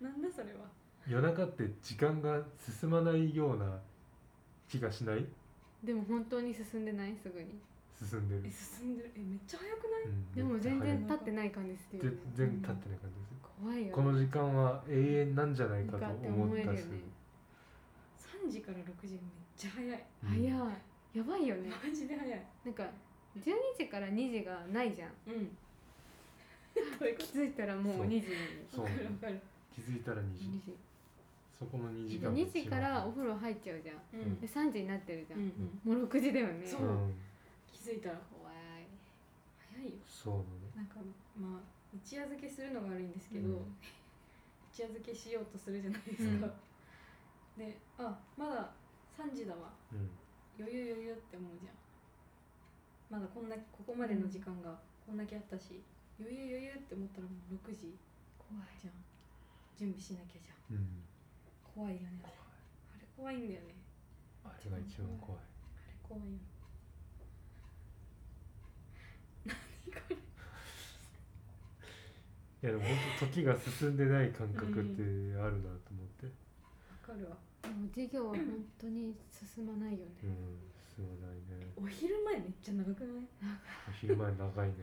なんだそれは
夜中って時間が進まないような気がしない
でも本当に進んでないすぐに
進んでる
え、進んでるえめっちゃ早くない
うん
でも全
早い
然立ってない感じするよ
全
ね
然立ってない感じです
怖いよ
この時間は永遠なんじゃないかと
かって
思
思
っ
える
たり
よね
する、
3時から6時めっちゃ早い
うん
早いやばいよね
マジで早い
なんか12時から2時がないじゃん
うんどういうこ
気づいたらもう
そう
2時
そ
と
う
わかるわかる
気づいたら2時
2時
そこの2時
で
間が
2時
一
か
番
らお風呂入っちゃうじゃん
うん
で3時になってるじゃ
うん
ん、
うん
もう6時だよね
そう
うん、
気づいたら
怖い
早いよ
そうなの
なんかまあ一夜漬けするのが悪いんですけど、
うん
一夜漬けしようとするじゃないですか、であまだ3時だわ
うん
余裕余裕って思うじゃんまだこんなここまでの時間がこんだけあったし、余裕余裕って思ったらもう6時
怖い
じゃん準備しなきゃじゃん
うん
怖いよねあれあれ怖いんだよね
あれが一番怖い
あれ怖いよ何これ
いやでも本当時が進んでない感覚ってあるなと思って
わかるわ
でも授業は本当に進まないよね、
う ん、進まないね
お昼前めっちゃ長くない
お昼前長いね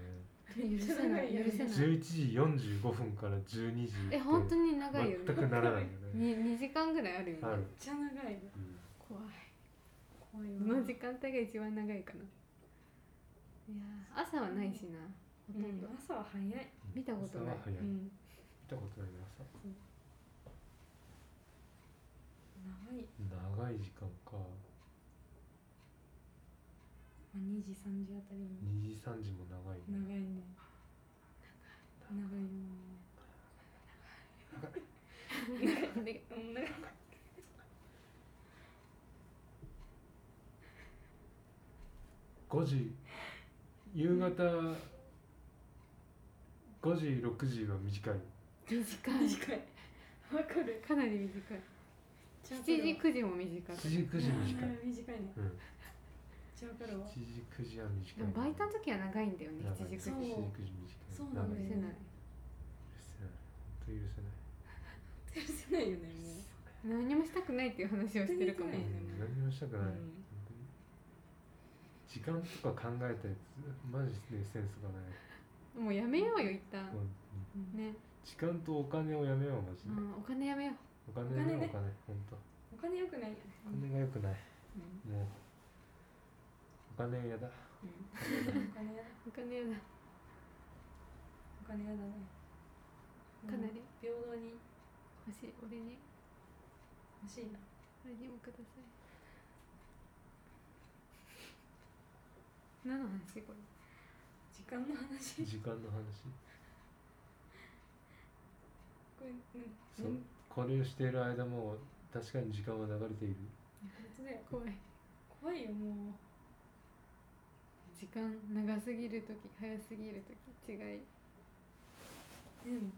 許せない許せない
11時45分から12時って
え本当に長いよ
全く
ね
ならないよね
に2時間ぐらいあるよね
ある、
めっちゃ長い
う
の
ん
怖い
怖い
この
わ
時間帯が一番長いかないやー朝はないしなほと
うん
ど、
ん朝は早い、
見たことない
朝は早い、
う
見
ん、
たことないね朝
長い、
長い時間か
まあ、2時3時あたりも
2時3時も長いね、
長いね長い よ長い長い長い
5時夕方5時6時は短い
短い
短いわかる
かなり短い7時9時も短い
7時9時短い、
短いね
うん、
じゃわかるわ
7時9時は短
で
い
もバイトの時は長いんだよね
長い
7時9時
そう
7時9時短い
そうなん
長
だ
い
よ
許
許せ
せ
ない
ない許せない
許せないよねも
何もしたくないっていう話をしてるかも
本当
うん何
に許せない
もしたく
う、
ない、
う
本当
ん、
に時間とか考えたやつマジでセンスがない、
もうやめようよ一旦
うん
ね
時間とお金をやめようマジ
う
で、
んお金やめよ
お
う
金やめようお
お金ね
金本当
お金良くないよね
お金が良くない
うん、
もうお金やだ
うん、
お金やだ
お金やだ
お金やだ
お金やだね
かなり
平等に
欲しい俺に
欲しいな
俺にもください何の話これ
時間の話
時間の話
これうん
そううんこれをしている間も確かに時間は流れている
本当だよ
怖い
怖いよもう
時間長すぎる時早すぎる時違い
うん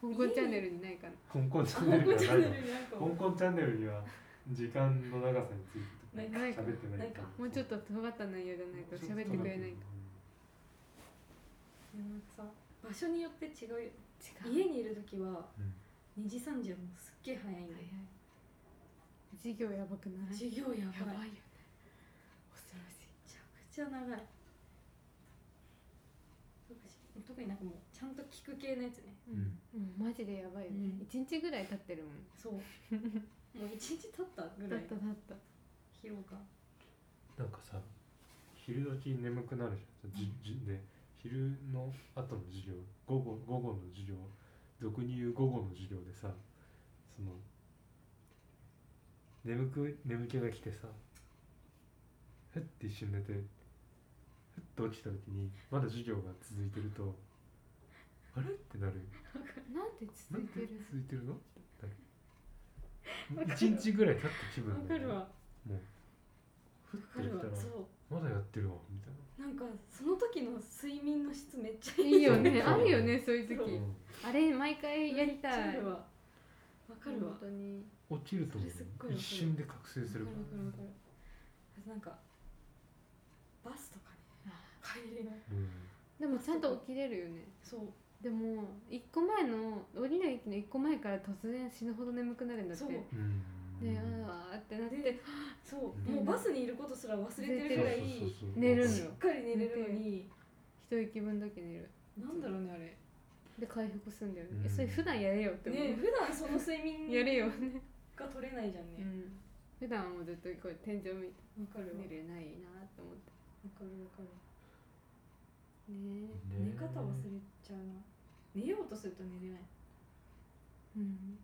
香港チャンネルにないから
香港チ
あ
ャ
香
ンネ
港
ル
チ
に
ャ
は
ン
な
ネ
い
ルになんか
の香港チャンネルには時間の長さについて
ない
ないか
喋ってない
ないか
もうちょっと尖った内容じゃないと喋ってくれないか
でもなんかさ場所によって違うよ
ら違
家
う
にいる時は
うん
2時3時はもうすっげえ早いんだよ
早い授業やばくない
授業や
やば
ば
い
い
よ
め
ね恐ろしい
ちゃくちゃ長い特になんかもうちゃんと聞く系のやつね
ん
うん、マジでやばいよ
う
ね
ん
一、日ぐらい経ってるもん
そうもう1日経ったぐ
だ
ら
っ
い
ただった
疲労感
なんかさ昼時眠くなるじゃんじじで昼の後の授業午後午後の授業俗に言う午後の授業でさその眠く眠気が来てさふって一瞬寝てふっと起きた時にまだ授業が続いてるとあれってなる
なんで
な
続
ん
い
で
てる
続いてるのってな
わ
る
かる
一日ぐらい経った気分
わ
なん
か
だよね
るわわ
もうふって
かる
起
わ
きたら
そ
まだやってるわみたいう
なんかその時の睡眠の質めっちゃいい
いいよね
そう
あるよねそういう時
そ
な、
あれ毎回やりたい
めっちゃあるわわかるわ
本当に
うん起きると思
それすっごいうわか
一
る
瞬で覚醒する
わ
か
かるわかるわかるあとなんかバスとかね帰りの
ら、うん、
でもちゃんと起きれるよね
そう
でも一個前の降りる駅の一個前から突然死ぬほど眠くなるんだって
そう
ね
うん
あーってなっ
で
て
そうもうバスにいることすら忘れてるぐらいし
そうそうそうそう
寝るの
っかり寝れるのに
一息分だけ寝る
なんだろうねあれ
で回復するんだよね、
うん
えそれ普段やれよって思う、
ね普段その睡眠
やれよね、
が取れないじゃん
う
ね
ん、普段はもうずっとこう天井見て
わかるわわ
寝れないなって思って
かるわかる
ね
ね
寝方忘れちゃうな寝ようとすると寝れない
うん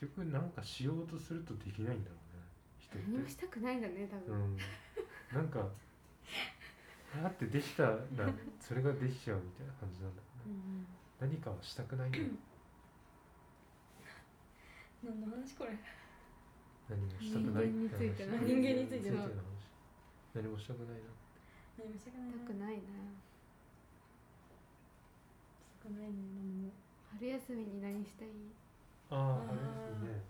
結局なんかしようとするとできないんだろうね人って
何もしたくないんだね多
う
分、
んなんかあってできたらそれができちゃうみたいな感じなんだろうね
うん
何かはしたくないんだろう
何の話これ
何もしたくない
人間について
な
人
人
間につ
間につ
い
い
て
て
の
な
話何もしたくないな
何もしたくない
し
な
たくないな
したくないね何も
春休みに何したい
ああ
あ
あれで
ー
すね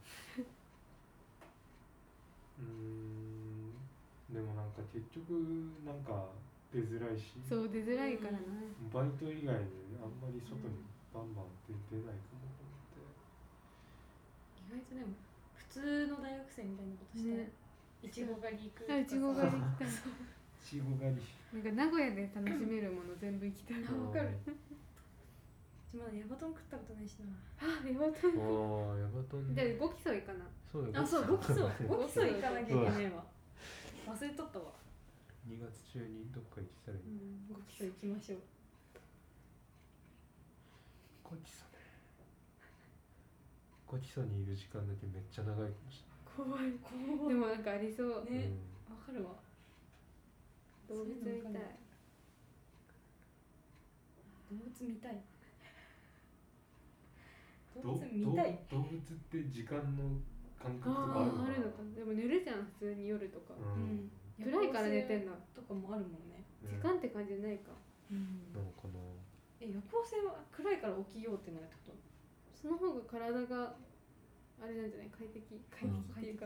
うーんでもなんか結局なんか出づらいし
そう出づらいからな、
バイト以外であんまり外にバンバン出出ないかもと思って。
意外とでも普通の大学生みたいなことしたい
ね
いちご狩り行く
あいちご狩り行きたい
ちご狩り
なんか名古屋で楽しめるもの全部行きたい
あわかるまだヤバトン食ったことないしな
あやばと
あーヤバトン
じゃあ5基礎いかな
そうだ
あ、そう、ご
ご
き
き
そ
そうう、
ごきそう行かなきゃいけないわ。忘れとったわ。
2月中にどっか行きたらいい
ごきそう行きましょう。
ごちそうねごちそうにいる時間だけめっちゃ長いかもし
怖い、怖
で
い。
もなんかありそう
れない、
ね
うん
わかるわ。
動物みたい
動物見たい。動
ど
物見たい。
どう動物って時間の感覚と
あ
か
あ
あるの
あ
かな
るのかなでも寝るじゃん普通に夜とか
うん
うん
暗いから寝てんだ
とかもあるもんね。
時
ね
間って感じないか
なのかな
え、夜行性は暗いから起きようってなるってこと。
その方が体があれなんじゃない快適
快適っていうか、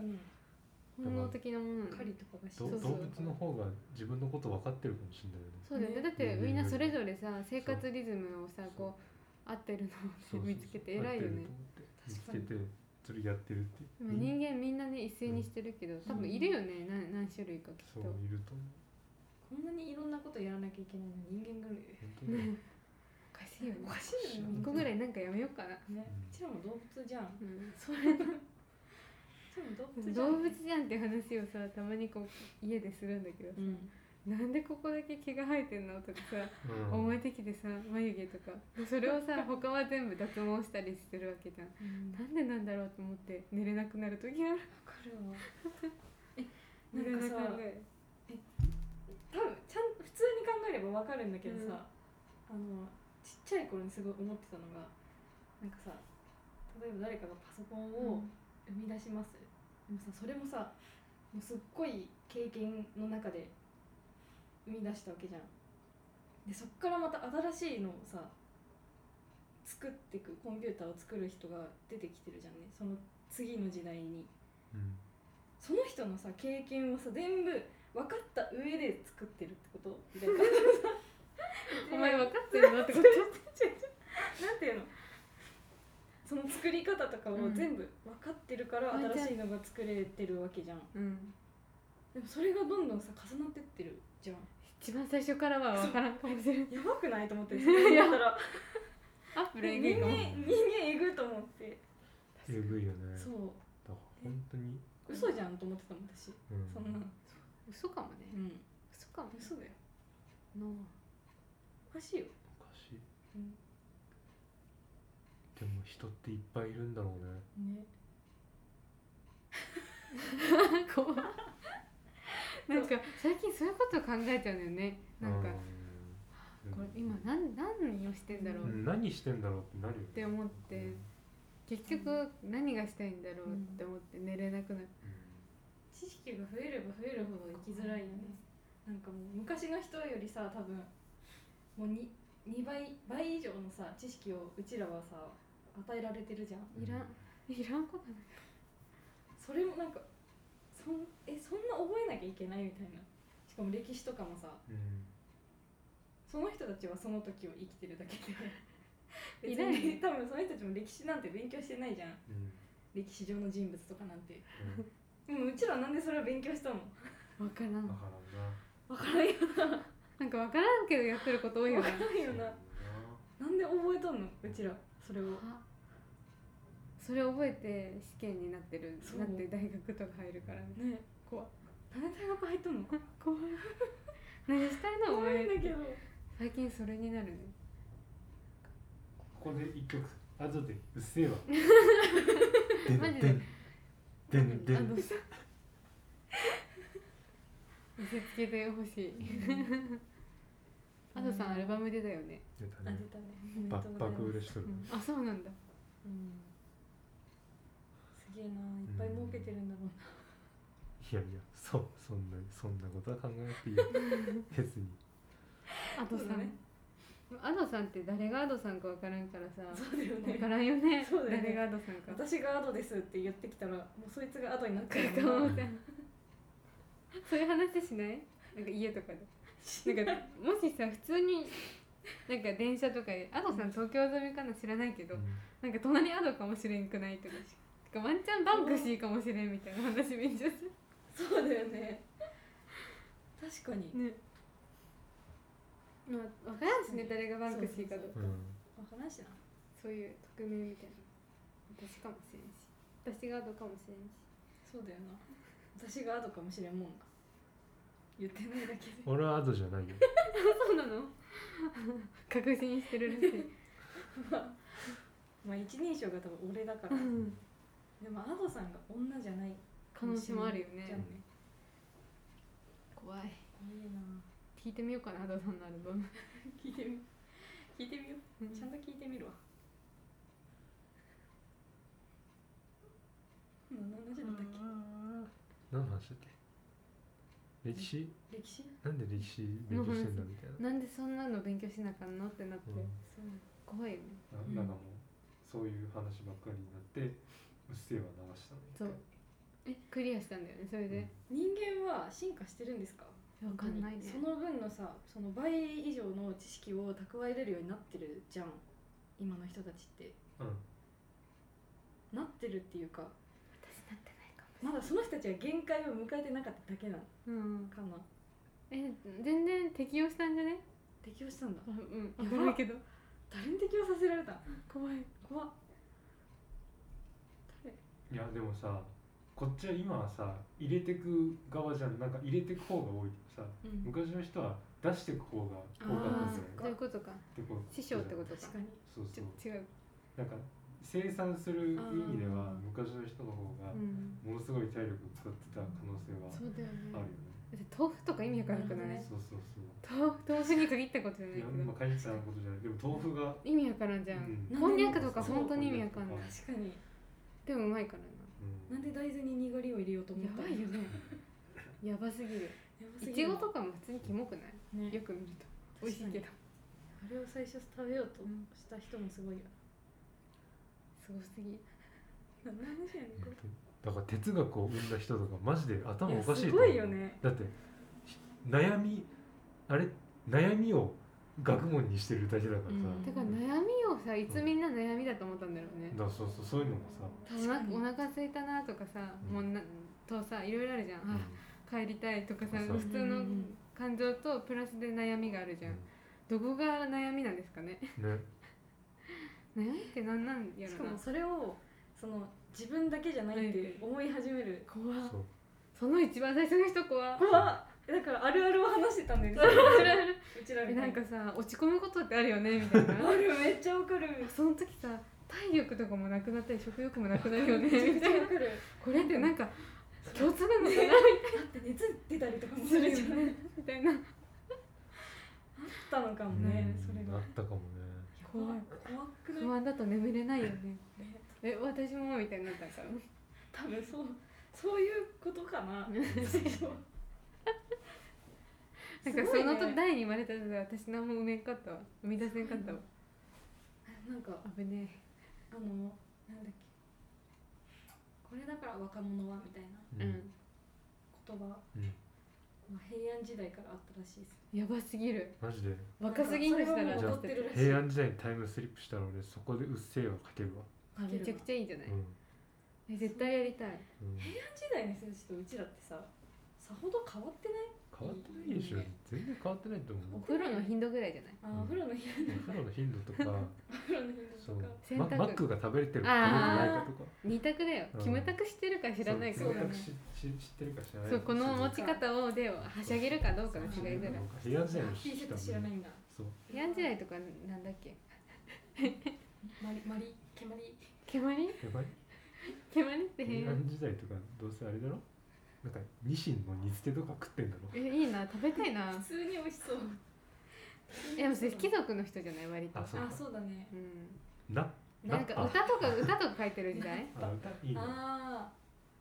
本能的なものなの
狩りとかがし
ど
そうそう
動物の方が自分のこと分かってるかもしれないよね
そうだよね
ね
だって
うん
みんなそれぞれさ生活リズムを
そ
さ
う
こう合ってる
そう
の
そう
を見つけて偉いよね
合ってると思
確か
って見
に
つけてそれやってるって
まあ人間みんなね一斉にしてるけど多分いるよねな何種類かきっ
そう
と
いると思う
こんなにいろんなことやらなきゃいけないのに人間がね。
本当に
おかしいよね
おかしいよ
1
ね
個ぐらいなんかやめようかな、
ね、うちらも動物 じゃん。う
うん
ちらも動物じゃん。
動物じゃんって話をさたまにこう家でするんだけどさ、
う
な
ん。
んでここだけ毛が生えてんのとかさ、
うん
思えてきてさ眉毛とかそれをさ 他は全部脱毛したりするわけじゃん
うん
なんでなんだろうと思って寝れなくなる時ある
わかるわえ
寝れ
なん
な
か
く
さ
なる
多分ちゃん普通に考えればわかるんだけどさ、あのちっちゃい頃にすごい思ってたのがなんかさ例えば誰かがパソコンを生み出します、でもさそれもさもうすっごい経験の中で生み出したわけじゃんでそっからまた新しいのをさ作っていくコンピューターを作る人が出てきてるじゃんねその次の時代に
うん
その人のさ経験をさ全部分かった上で作ってるってことみたいな
お前 分かってるのってこと
なんていうのその作り方とかを全部分かってるから
うん
新しいのが作れてるわけじゃん
うん
でもそれがどんどんさ重なってってるじゃん
一番最初からは分からんかもしれない
やばく ないと思ってそれやったら
アップル
人
え
間
げえか
人
も
間えぐいと思って
えぐいよね
そ
だか
う
ら本当に
嘘じゃんと思ってたもん私
うん
そんな
嘘かも
う
ね
ん
嘘かも
嘘だよ
の
おかしいよ
おかしい
うん
でも人っていっぱいいるんだろうね
ね
怖いなんか最近そういうこと考えちゃうんだよねなんか、
うん
これ今何何をしてんだろう、
うん何してんだろうってなるよね
って思って
うん
結局何がしたいんだろうって思って寝れなくなる、
知識が増えれば増えるほど生きづらいよねなんかもう昔の人よりさ多分もう 2, 2倍倍以上のさ知識をうちらはさ与えられてるじゃん
うん
いらんいらんことない
それもなんかそんえそんな覚えなきゃいけないみたいなしかも歴史とかもさ
うん
その人たちはその時を生きてるだけで
いない
別に多分その人たちも歴史なんて勉強してないじゃん
うん
歴史上の人物とかなんて
うん
でもうちらはなんでそれを勉強したの
わからん
わからんな
分からんよ
なんかわからんけどやってること多いよね
分からんよななんで覚えとんのうちらそれを
あそれ覚えて試験になってる
そう
なって大学とか入るからね
ね
怖い
なんで大学入っと んの
怖い何したいのお
怖い
前
んだけど
最近それになるね
ここで一曲後でうっせえわ
マジで
でんで
あ
ん
どうした 見せつけてほしいあとさんアルバム出たよね、
出た
あ
ね
出たね
バ
おめでと
ッ
うござ
バ
い
ク
ま
売
す
れしとる
あそうなんだ
うんすげえないっぱい儲けてるんだろうない
やいやそうそんなそんなことは考えなくていいよ別に
アド
そ
さ
うだ
ん、
ね
アドさんって誰がアドさんかわからんからさ
そうだよ
わか
ね
らんよね
そうだよね
誰がアドさんか
私がアドですって言ってきたらもうそいつがアドになって
か
る
も
もん
さんそういう話しないなんか家とかで なんかもしさ普通になんか電車とかでアドさん東京住みかな知らないけど、
うん
なんか隣アドかもしれんくないとかてかワンチャンバンクシーかもしれんみたいな話めっちゃする
そうだよね確かに
ねまあ分からんしね誰がバンクシーかどうか
うん
わからんしな
そういう匿名みたいな私かもしれんし私がアドかもしれんし
そうだよな私がアドかもしれんもんな言ってないだけで
俺はアドじゃないよ
そうなの確信してるらし い
まあ一人称が多分俺だから
うん
でもアドさんが女じゃない
可能性もあるよ
じゃ
ね
んね
怖い
いいな
聞いてみようかなアドさんのアルバム
聞いてみ聞いてみようちゃんと聞いてみるわ
何
何の話だったっ
の話だっけ歴史
け歴史
なんで歴史勉強してんだみたいな、
なんでそんなの勉強しなあかんのってなって、
う
そう
怖いよね
ん、ななんかもうそういう話ばっかりになってうっせえわ流したの一
そ
回
うえクリアしたんだよねそれで、
人間は進化してるんですか
わかんないね
その分のさその倍以上の知識を蓄えれるようになってるじゃん今の人たちって
うん、
なってるっていうか
私なってないか
まだその人たちは限界を迎えてなかっただけなの
もうん
かな
え全然適応したんじゃね
適応したんだ
うん
やば
わからんけど
誰に適応させられた
怖い
怖っ誰
いやでもさこっちは今はさ入れてく側じゃんなんか入れてく方が多いけどさ
うん
昔の人は出してく方が多かったんじゃない
そ
あー
ういうこと
っ
か
てこ
師匠ってことか
確かに
そうそ
ち
う
ょ違う
なんか生産する意味では
あー
昔の人の方が
うん
ものすごい体力を使ってた可能性は
そうだよね
あるよね、
だって豆腐とか意味わからなくない、
なるほ
そうそうそう
豆腐豆腐に限ったことじゃな
い
いけ
や、
ど
まあ、会社のことじゃない。でも豆腐が、
意味わからんじゃん、
うん
こんにゃくとか
そう
本当に意味わかんない
確かに
でもうまいから
うん、
な
なんで大豆ににがりを入れようと思
や
っ
ば
た
いよねやばすぎるいちごとかも普通にキモくない
ね
よく見ると美味しいけど
あれを最初食べようとした人もすごいよ
すごすぎ
何の話やねんこれ
だから哲学を生んだ人とかマジで頭おかしいと
やす
思
ご
う
いよね
だってひ悩みあれ悩みを学問にしてるだけだからさ、
うん
だから悩みをさいつみんな悩みだと思ったんだろうね
だからそうそうそういうのもさ、
確かに
お腹お腹空いたなとかさ、
うん
もうなとさいろいろあるじゃん、
うん
あ帰りたいとかさ
そう
普通の感情とプラスで悩みがあるじゃん、どこが悩みなんですかね
うんね
悩みってなんなんや
しか
ろな
もそれをその自分だけじゃないって思い始める
怖っ
そう
その一番最初の人怖っ
怖っだからあるあるを話してたんだよねうちら
え
みた
ないん
に
かさ落ち込むことってあるよねみたいな
あるめっちゃわかるめっ
その時さ体力とかもなくなったり食欲もなくなるよ ねみ
ちゃく
た
ちゃ
い
わ
な
かる
これってなんか共通なのかな
だって熱出たりとかも
み
す
たいな
るじゃんあっ
みたいな
たのかもねそれ
あ
が
ったかもね
怖い
怖くない
不安だと眠れないよね
ね
え私もみたいになったから
多分そうそういうことか な
なんかその時第に生まれた時は私何も埋めんかったわ生み出せんかったわ
なんか
危ね
あのなんだっけこれだから若者はみたいな
え、
言葉、
うん
まあ、平安時代からあったらしいです
やばすぎる
マジで
若すぎんとしたら
なんかそれはもう踊ってるらしい
平安時代にタイムスリップしたら俺そこで「うっせぇわ」かけるわ、
あめちゃくちゃいいんじゃない、
うん
え絶対やりたい
うん、
時代の人たちとうちらってささほど変わってない
変わってないでしょ全然変わってないと思
お
う
風呂の頻度ぐらいじゃない
あーお風呂の日
お風呂の頻度と か
お風呂の日
そう
とか
洗
マ
濯
マックが食べれてるか食べれてないかとか
二択だよ
うん
キムタクしてるか知らないか
そう
ら
だ
選
ね
択肢知知ってるか知らない
そうこの持ち
か
方をではしゃげるかどうかの違いぐらい
平安時代の
T シャツ知らないんだ
そう
平安時代とかなんだっけ
マリマリケマリ
煙
やばい
煙って
平
平安
安時代とかどうせあれだろなんかニシンの煮付けとか食ってんだろ
えいいな食べたいな
普通に美味しそう
えでもそれ貴族の人じゃない割と
あそう
あそうだね
うん
な
なんか
あ
歌とか歌とか書いてる時代
あ歌いいな
あ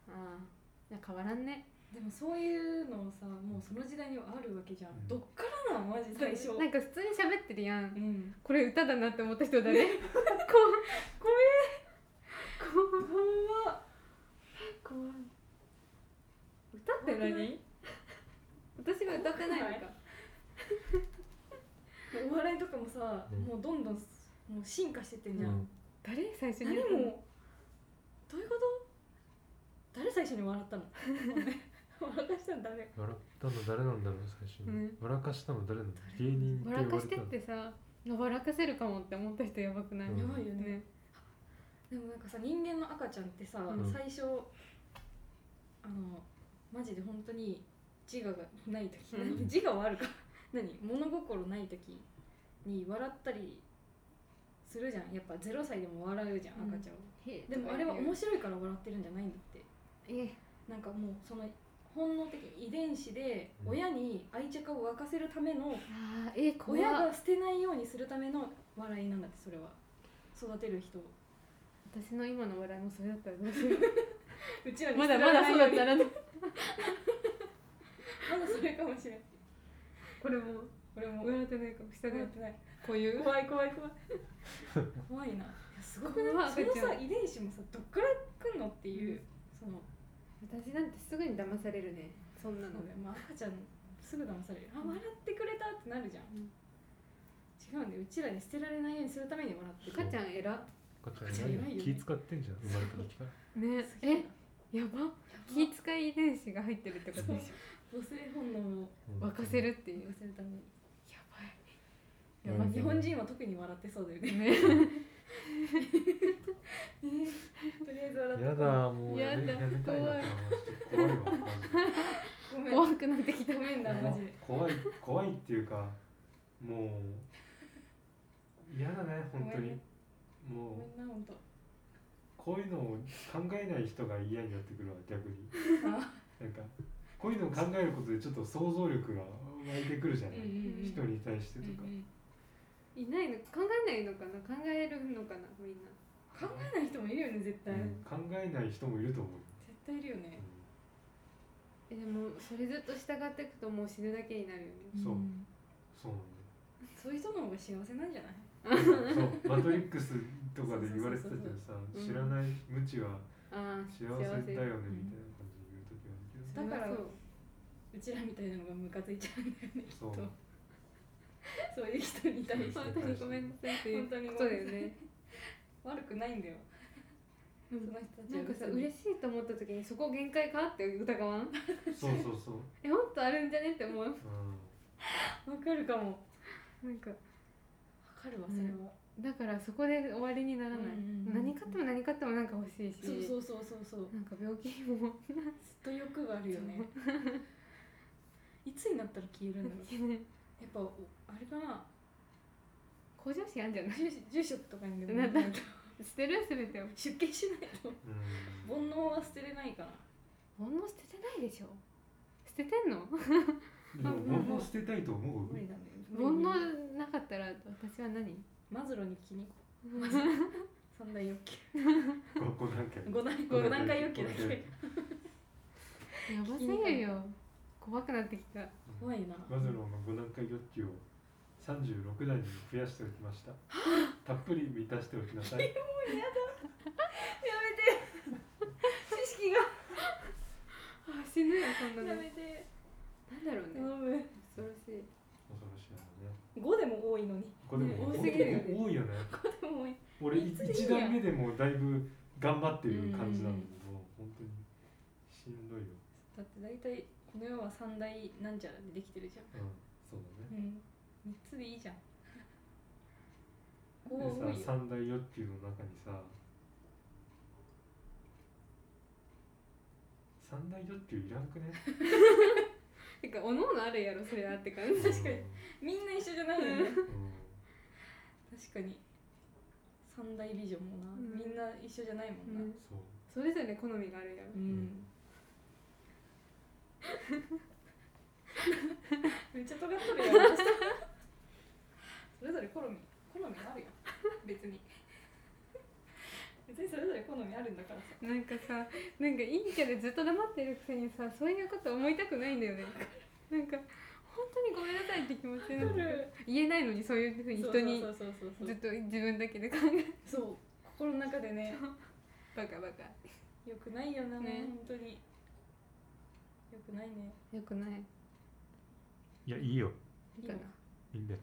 ああ変わらんね
ーでもそういうのをさもうその時代にはあるわけじゃん、
うん
どっからなんマジ最初
なんか普通に喋ってるや
うんん
これ歌だなって思った人だね
怖っ
怖い歌って
怖くな
何
い
私が歌ってないのか
お笑いとかもさ、
うん
もうどんどんもう進化してってんじゃん、
うん
誰最初に
何
やったの
もどういうこと誰最初に笑ったの 笑かしたの誰
笑ったの誰なんだろう最初に、
ね
笑かしたの誰なの芸人って
笑
言わ
か
れ
して
た
っ
の
てさ笑かせるかもって思った人やばくない、
うん
やばいよね
ね
でもなんかさ人間の赤ちゃんってさ、
うん
最初あのマジで本当に自我がない時、
うん
自我はあるか 何物心ない時に笑ったりするじゃんやっぱ0歳でも笑うじゃん
うん
赤ちゃんは、
へ
でもあれは
とか言
面
う
白いから笑ってるんじゃないんだって
え
なんかもうその本能的遺伝子で
うん
親に愛着を沸かせるための、
あーえ怖っ
親が捨てないようにするための笑いなんだってそれは育てる人を
私の今の笑いもそれだったらどうしよう
うちらに
まだ
捨てら
ま
れ
だ
ない
そうだ
よに
ったらね
まだそれかもしれない。
これも
俺も
笑ってないかも下が
疑ってない。
こういう
怖い怖い怖い。怖いな。いやすごくな
怖
い。
い
その
赤ち
さ
ゃ
遺伝子もさどっから来んのっていうその
私なんてすぐに騙されるねそんなの
なんだよまあ赤ちゃんすぐ騙される。あ笑ってくれたってなるじゃん
うん。
違うんだよ。うちらに捨てられないようにするために笑って
赤
る。
ちゃん偉
赤ちゃん偉いよ
赤ちゃん偉いよね
気使ってんじゃん生まれた時から
ね
すげえ
え
な
やば気遣い遺伝子が入ってるってことでし
母性本能を
ょ沸かせ
る
るってい
沸か
う
せるために。
や
いや
うん
まあ日本人は特に笑ってそうだよ
ばい
ね。
ね
とりあえず笑って。
や。だもうやめ
やだ
やめたいなって思う怖いわ
ごめん。
怖くなってきた
ごめん
マ
だマジ
ジ
で
で。怖い怖いっていうかもう嫌だね本当に
ごめ
もうん
な本当。
こういうのを考えない人が嫌になってくるわ逆に
あ
なんかこういうのを考えることでちょっと想像力が湧いてくるじゃ
う
なんい、
うんうん。
人に対してとか、
うんうん
いないの考えないのかな考えるのかなみんな
考えない人もいるよね絶対、
うん考えない人もいると思う、
絶対いるよね
えでもそれずっと従っていくともう死ぬだけになるよね
そうんそう
そういう人の方が幸せなんじゃない
なんだよそうマトリックスとかで言われてたけどさ
そうそうそうそう
知らない無知は
ああ
幸せだよねみたいな感じ
幸
で言う時はある
せ
だから
そう
うちらみたいなのがムカついちゃうん だよねきっ
そう
とそういう人に対して
そう
本当にごめんなさいっていう
本当にご
ことだ
めん
よ
なさい
ね
悪くないんだよ
う
そ
ん
の人たち
なんかさ
別に
嬉しいと思った時にそこ限界かって疑わん
けどそうそうそう、
えもっとあるんじゃねって思う
う
わかるかもわ
なんか
かるわそれは、
だからそこで終わりにならない、
うんうんうん
何買っても何買ってもなんか欲しいし
そうそうそうそうそう
なんか病気にも
ずっと欲があるよねいつになったら消えるんだろ う
いけない
やっぱおあれかな
向上心あんじゃない
住住職とかにでも
な
な
なんん
か
か捨てる全てを
出家しないと
うん
煩悩は捨てれないかな
煩悩捨ててないでしょ捨ててんの
でも煩悩捨てたいと思う
無理なんだよ
煩悩なかったら私は何
マズローに気に 三大欲求
学校なんか
五段五段階欲求だっけ
やばすぎるよ怖くなってきた
怖いな
マズローの5段階欲求を36段に増やしておきましたたっぷり満たしておきなさい
やめて知識が
あ死ぬよそん な
や
の
めて
なんだろう
頼
ね恐
む
ろしい
恐ろしいなね
五でも多いのに
これでも
ね
多
多すぎるよね
多いよね
五でも多い
俺
いつでいいや
1段目でもうだいぶ頑張ってる感じなんだけど本当にしんどいよ
だって大体この世は三大なんちゃらでできてるじゃん
うんそうだね
うん三つでいいじゃん五は多
で
い
さ
よ
三大欲求の中にさ三大欲求いらんくね
てかおのおのあるやろそれはって感じ
確かにみんな一緒じゃないよね
うんうん
確かに三大ビジョンもな、
うん
みんな一緒じゃないもんな
うん
そう
それぞれ好みがあるやろ
うん、
ん
めっちゃ尖っとるやん私それぞれ好み好みあるよ別に別にそれぞれ好みあるんだからさ
なんかさなんかいいキャラずっと黙ってるくせにさそういうこと思いたくないんだよねなんか本当にごめんなさいって気持ちにな
わか
る
る
言えないのにそういうふうに人に
そうそうそうそう
ず
そ
っ
う
と自分だけで考え
そう心の中でね
バカバカ
よくないよな、
ね
本当によくないね
よくない
いやいいよ
いいかない
いよ
いいんだよ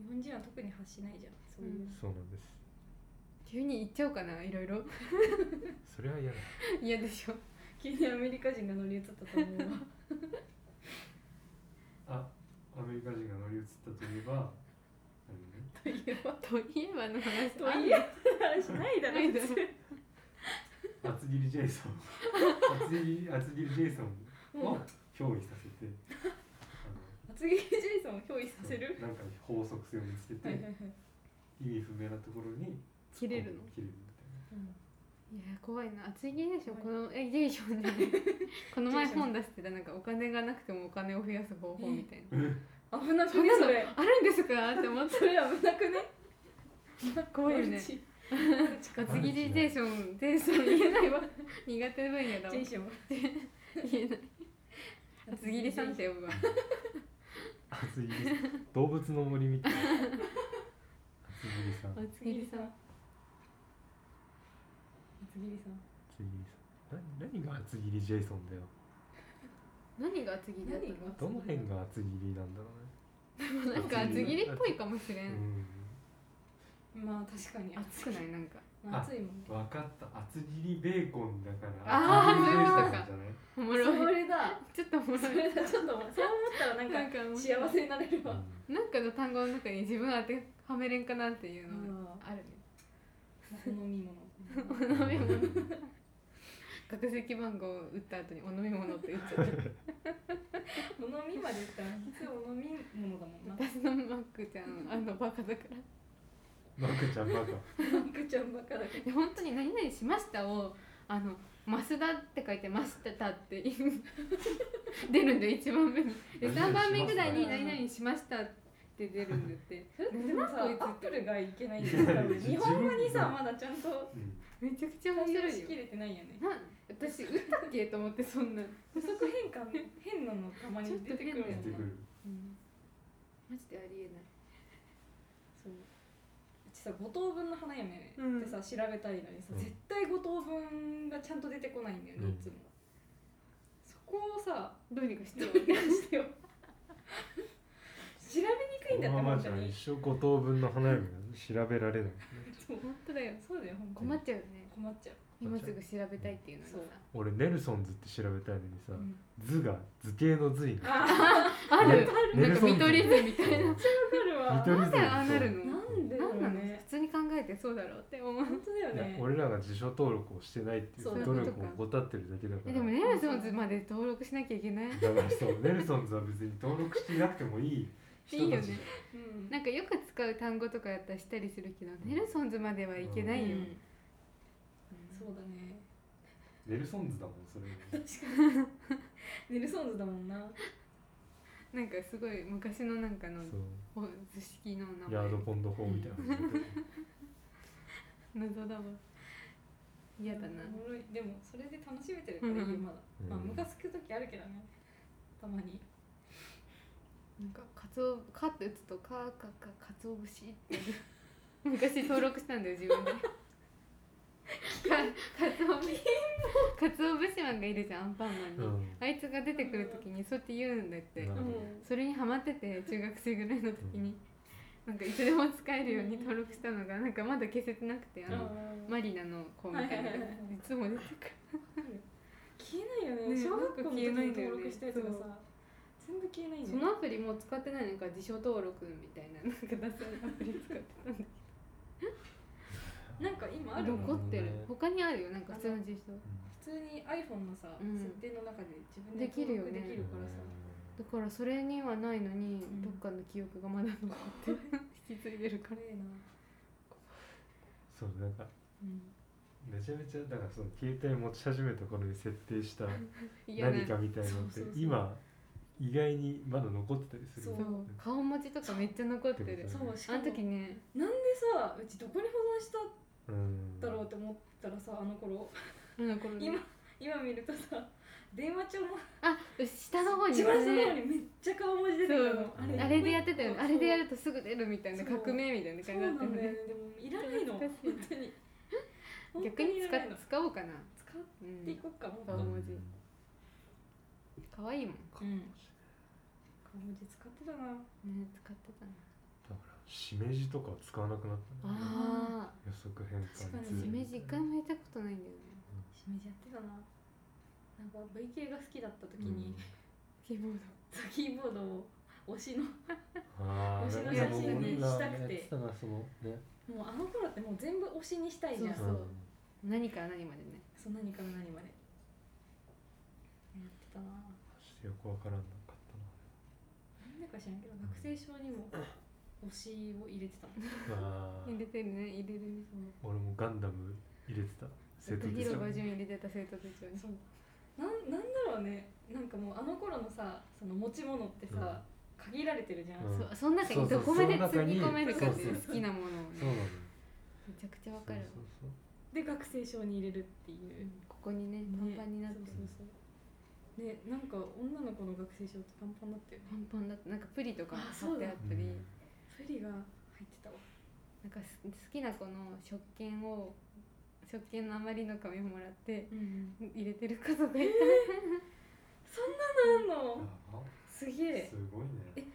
日本人は特に発しないじゃんそういう、
そうなんです
急に行っちゃおうかないろいろ
それは嫌だ
嫌でしょ
急にアメリカ人が乗り移ったと思うわ
あアメリカ人が乗り移ったといえばあのね
といえば
といえばの話
といえば話ないだろ
ないだろ
普通
厚切りジェイソン厚切り厚切りジェイソンを憑依させてあ
厚切りジェイソンを憑依さ
の
せる
なんか法則性を見つけて、
はいはいはい、
意味不明なところに
切れるの
切れるみたいな
うん
いや怖いな厚い芸でしょ
はい
このえ芸でしょね この前本出してたなんかお金がなくてもお金を増やす方法みたいな
危なく
そん
ね
な
そ
の
れ
あるんですかって思っ
それ危な くね
た怖いよね
マルチ
ガツギリテーションテーション言えないわ 苦手分野だわ
ジェイション
言えない厚切りさんって呼ぶわ
厚切り動物の森みたいな厚切りさん厚
厚切りさん
厚切りさん
切りさんな何が厚切りジェイソンだよ
何が厚切りだった
何が
どの辺が厚切りなんだろう
のなんか厚切りっぽいかもしれ
ね、
ん
まあ確かに
熱くないなんか
まあ熱いもんね
うん、分かった厚切りベーコンだから
あー
厚切りベーコン
そういうことか
じゃない
おも
そ
ろい
れだ
ちょっとおもろい
それだちょっとそう思ったらな ん
なん
か
か面白い
幸せになれるわ
う
なんかの単語の中に自分当てはめれんかなっていうの
あ
あるね
お飲み物
お飲み物学籍番号打った後にお飲み物って打っちゃった
お飲みまで言ったら普通お飲み物だも んな
私のマックちゃんあのバカだから
んバカちゃんバカ
くちゃんばっかだけど
で本当に「何々しました」を「あの増田」って書いて「増田」って言う出るんだよ1番目にで
何々
3番目
しました
ぐらいに「何々しました」って出るんだって
それってなんか
なんか
アップルがいけないんだよ多分日本語にさまだちゃんと
うん
めちゃくちゃ面
対応
白い
し
よ
きれてないよね
な私打ったっけと思ってそんな
不足変換変なのたまに出てくるもん
出て
な
くる
うん
マジでありえない
そううちさ五等分の花嫁って
うん
さ調べたいのにさ、
うん
絶対五等分がちゃんと出てこないんだよね、
うん
いつもそこをさ
どうにかして
ど
よ
うにかしてよ調べにくいんだ
こ
っ
のま
て
ま
本
じ
当
ゃ
に
一生五等分の花嫁が調べられない
そう
本当だよ
そうだよ本当に
困っちゃうよね
困っちゃう
今すぐ調べたいっていうのにさ
そう
俺ネルソンズって調べたいのにさ、
うん
図が図形の図にな
あ
ある
ネ
なん
ル
か
ソン
見
ズ
取り図みたいな
ーわかるわ
見取り
なん
図
でああなるの
なんでだろう
なんなの
ね
普通に考えてそうだろうって思う
本当だよ
いや
ね
俺らが辞書登録をしてないってい
そう
う努力を怠ってるだけだか
え
ら
でもネルソンズまで登録しなきゃいけない
だからそうネルソンズは別に登録してなくてもいい人たち
いいよね
うん
なんかよく使う単語とかやったりしたりするけどネルソンズまではいけないよ、
う
うんん
そうだね
ネルソンズだもんそれ
確か にネルソンズだもんな
なんかすごい昔のなんかの
そう
ほ図式の名
ヤ
前
ードポンド法みたいなことだけど
謎だわ嫌だな
おもろいでもそれで楽しめてるからいいよ
うんうん
まだ、
うん
まあムカつく時あるけどねたまに
なんかカツオカって打つとカーカカカツオ節って 昔登録したんだよ自分で かカツオ節カツオ節マンがいるじゃんアンパンマンに、
うん
あいつが出てくる時にそうやって言うんだって、
なるほど
うん
それにハマってて中学生ぐらいの時に、なんかいつでも使えるように登録したのがなんかまだ消せてなくてあ
うん
の、
ま
マリナの子みたいなのが
はいいはいはいはい
つも出てくる
消えないよね
ね
小学校の時に
なんか消えないんだよ
登
ね
録したやつが
そ
さ全部消えないんだ
そ
よ
のアプリもう使ってないのか自称登録みたいななんかダサいアプリ使ってたんだ
なんか今
け
ある
ど残っ
もん
てる
うん
他にあるよなんか普通の自称
普通に iPhone のさ、
うん
設定の中で自分で
できるよね
登録できるか
だか
らさ、
らそれにはないのに、
ん
どっかの記憶がまだ残って 引き継いでるか
こ
ら
れな、
そうなんか
うん、
めちゃめちゃだからその携帯持ち始めた頃に設定した
嫌な
何かみたいなのって
そうそうそう
今意外にまだ残ってたりする
そ
そうう顔文字とかめっちゃ残ってる
そ
そうし
あ
か
の
も
時ね
なんでさうちどこに保存したん
うん
だろうって思ったらさあの頃
あの頃ね
今今見るとさ電話帳も
あ下の方に
一番下の方
ね
にめっちゃ顔文字出てくるの
そう
あれでやってたよねあれでや
る
るとすぐ出るみたいな
そう
革命みたいな
そ
感
う
じ
な
だったよ
んだよね
ね
でもいらない
懐
の
か
本
しいな
当に
逆に使
本当いらない
っ
の
使おうかな
使っ
う
てい
ん
こうかもっと
顔
うん
文字可愛いもん
顔文字使ってたな
ね使ってたな
だからしめじとかは使わなくなったね
あ
予測変換
確か
ツー
あ
に
ル
しめじ一回もやったことないんだよね
しめじやってたななんか VK が好きだった時
う
に
ん、
キーボー
キーボードを推しの
ああ
推しの
写真
でも
ね
俺ら
したくて
やってたなそのね
もうあの頃ってもう全部推しにしたいじゃん
そうド何から何までね
そう何から何までやってたな
してよくわからんなかっ
なんでか知らんけど学生証にも推しを入れてたもん
たなあー
入れてるね入れるね
俺もガンダム入れてた生徒手帳
広場順入れてた生徒手帳に
そうなんなんだろうねなんかもうあの頃のさその持ち物ってさ、限られてるじゃん、
うん
そその中にどこまで積み込めるかっていう
そうそう
好きなものを
そうな
ね
のよ
めちゃくちゃわかる
そ
わ
うそう
で学生証に入れるっていう
ここにねパンパンになって
そうそうそうねなんか女の子の学生証ってパンパンだったよね
パンパンだったなんかプリとかも
あ
貼
そう
ってあ
だ
った
そう
り
プリが入ってたわ
なんかす好きな子の食券を食券の余りの紙もらって
うん
入れてることがい
そんなのあん
うん
の
あ
すげえ
すごいね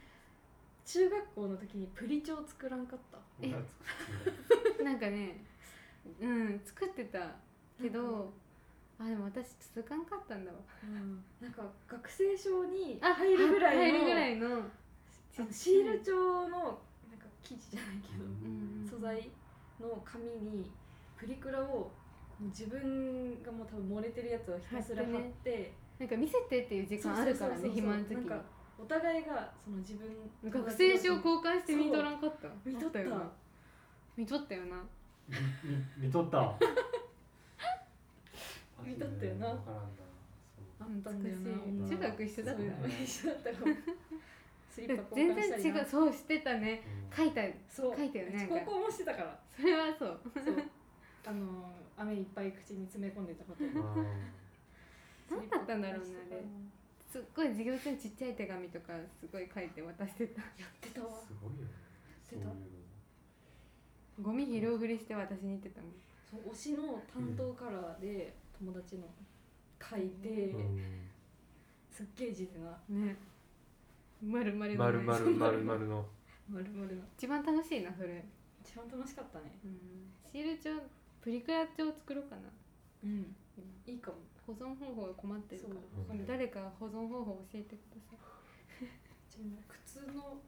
中学校の時にプリ帳作らんかった
俺は作ってない
たなんかねうん作ってたけ
なん
どあでも私続かんかったんだわ
うんなんか学生証に
あ
入るぐらい
入る
の
ぐらいの
あのシール帳のなんか生地じゃないけど、
うん
素材の紙にプリクラをもう自分がもう多分漏れてるやつをひたすら貼っ
貼
て
ってなんか見せてっていう時間あるから
そう
ね
そうそうそ
暇
う
の時
なん
に
かお互いがその自分
学生証
こ
交換して見とらんかった
見とった
あよな見とったよな
みみ見とったわ
見とったよな
マジでわからんなそう
あったんだよな
懐
かしい
中
女
学一緒だったよ
ね
一緒だったかもスリッパ交
全
換したり
然違
な
うそうしてたね
うん
書いた
そう
書いたよね
うち高校もしてたから
それはそう
そうあの飴いっぱい口に詰め込んでたこ
あ
と
ー
何だったんだろうねあれすっごい授業中にちっちゃい手紙とかすごい書いて渡してた
やってたわ
すごいよねそ
出
ういう
た
の
ゴミ拾うふりして私に言ってたもん
そう推しの担当カラーで友達の書いて、
うん
すっげえ字でな
ねまるまる
丸々丸々の
丸々な
一番楽しいなそれ、
一番楽しかったね
うん、シール帳プリクラ帳作ろうかな
うん
今
いいかも
保存方法が困ってる
そう
か
わ
ら
かる
誰か保存方法教えてください
ちなみに靴の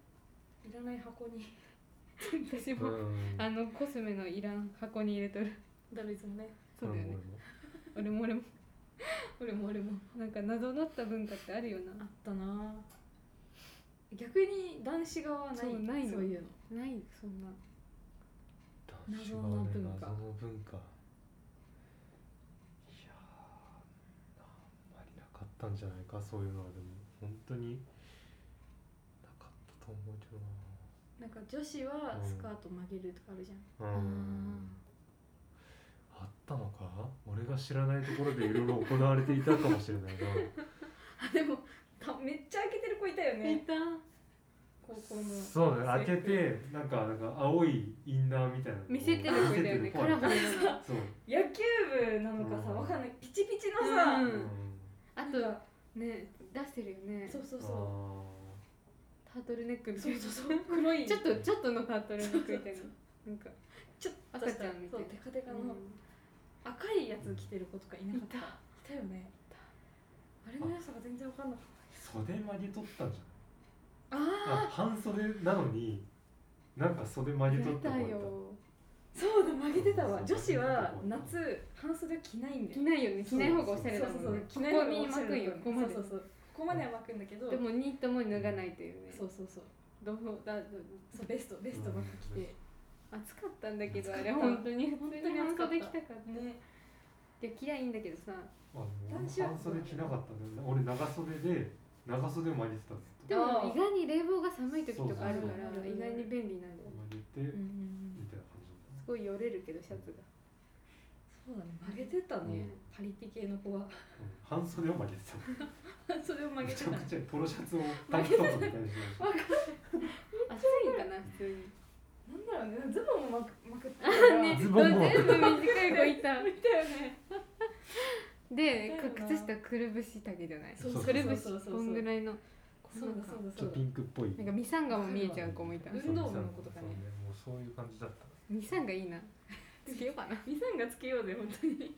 いらない箱に
私
う
も、
ん
あのコスメのいらん箱に入れとる
ダメですもんね
そうだよね、俺も俺も
俺も俺も
なんか謎だった文化ってあるよ
あったなぁ逆に男子側はない
そうないの
そういうの
なないそんな
男子はね
謎の文化
謎の文化いやーあんまりなかったんじゃないかそういうのはでも本当になかったと思うけど
なんか女子はスカート曲げるとかあるじゃん、
なうんあったのか俺が知らないところでいろいろ行われていたかもしれないな
あでもためっちゃ開けてる子いたよ
い
ね
た
高校の
そうね開けてなんかなんか青いインナーみたいなのを
見せてる子いたよ
見せてる
ねカラフルなの
そう、
野球部なのかさ
うん
わかんないピチピチのさ、
うん
うん、
あ
なん
と
か
ね出してるよね
そうそうそ
あ
タートルネック
う
みた
そ
いうな
そうそう黒い
ちょっとちょっとのタートルネックみたいな
そうそ
な
う
んか
ちょっと
赤ちゃんみたいな
そうテカテカ
うん
の赤いやつ着てる子とかいなかった
い
いたよねあれの良さが全然わかんなかっ
ー袖曲げとったんじゃない
た
あ
あ
半袖なのになんか袖曲げとった
や
子
だ
い
よ
そうだ曲げてたわ
そ
女
う
子は夏半袖着ないんだ
着
よ
ないよね着ない方がおしゃ
そう
れ
そ
だ
う
も
そ
ん
う
ねここ
着ない方が
に
おしゃ
巻
れ
くんよここまで
そうそうそうここまでは巻くんだけど
でもニットも脱がないというね
そうそうそう
どうだど
そうベストベストばっか着て
暑かったんだけどあ
暑
れ
かった
本当に普通
当
に
に
半
暑かった
袖着たかった
ね
いや嫌いいんだけどさ
あの
男子は
半袖着なかったんだよ俺長袖で長袖曲げてたん
でも意外に冷房が寒い時とかあるか
そうそう
ら
そう
意外に便利なんだよね
曲げ
う
て
んうんうん
みたいな感じ
すごいよれるけどシャツが
そうだね曲げてた
う
ね、
ん
パリピ系の子は
だ、う ん、半袖を曲げて
それを
た
曲
め
げ
ち
て
ゃ
た
くちゃポロシャツをタンクトップみたいにしてまし
暑いんかな普通に
なんだろうねズボンもまくまくってた から、
ねズボンも
全部短い子いた
見たよね
で
だよな
靴下くるぶし丈じゃない
そうそう
くるぶし
そうそうそうそう
こんぐらいのこ
そうだ そうだ
たち
そ
ょっと
うだ
ピンクっぽい
なんかミサンガも見えちゃう子もいた
運動部の子とかね
そうねもうそういう感じだった
ミサンガいいなつけようかな
ミサンがつけようぜ本当に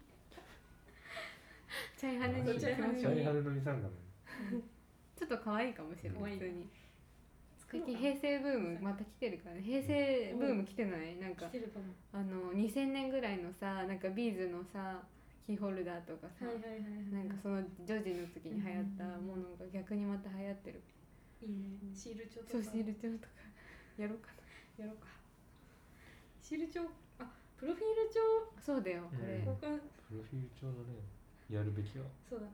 チャイハネに行
チ
き
チャイハ
ま
ネ
し
ャ
ょう
イハネのミサンガね
ちょっと可愛いかもしれ
可
ない
愛い
普通に
作
最
ろ
近
うかな
平成ブームまた来てるからね平成ブーム来てないなんか
着てるかも
あの2000年ぐらいのさなんかビーズのさキーホルダーとかさ、
はいはいはいはい
なんかその女児の時に流行ったものが逆にまた流行ってる、
いいねシール帳とか
そうシール帳とか やろうか
やろうかシール帳あプロフィール帳
なそうだよこれ、
うん
交換
プロフィール帳のねやるべきは
そうだね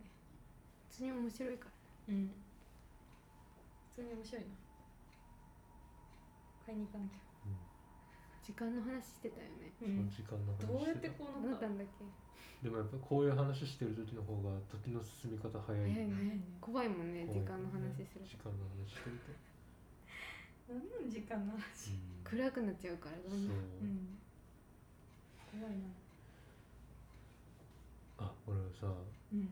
普通に面白いから
うん普通に面白いな買いに行かなきゃ
時間の話してたよね
う
その
ん
時間の
どう
話
や
し
ってて
た
こう
どう
な
だった
っ
た
の
んだっけ
でもやっぱこういう話してる時の方が時の進み方早い
早いね
早いね
怖いもんね時間の話する
時間の話してると
何の時間の話
うん
暗くなっちゃうからどんどん
そう
うん怖いな
あ俺さ
うん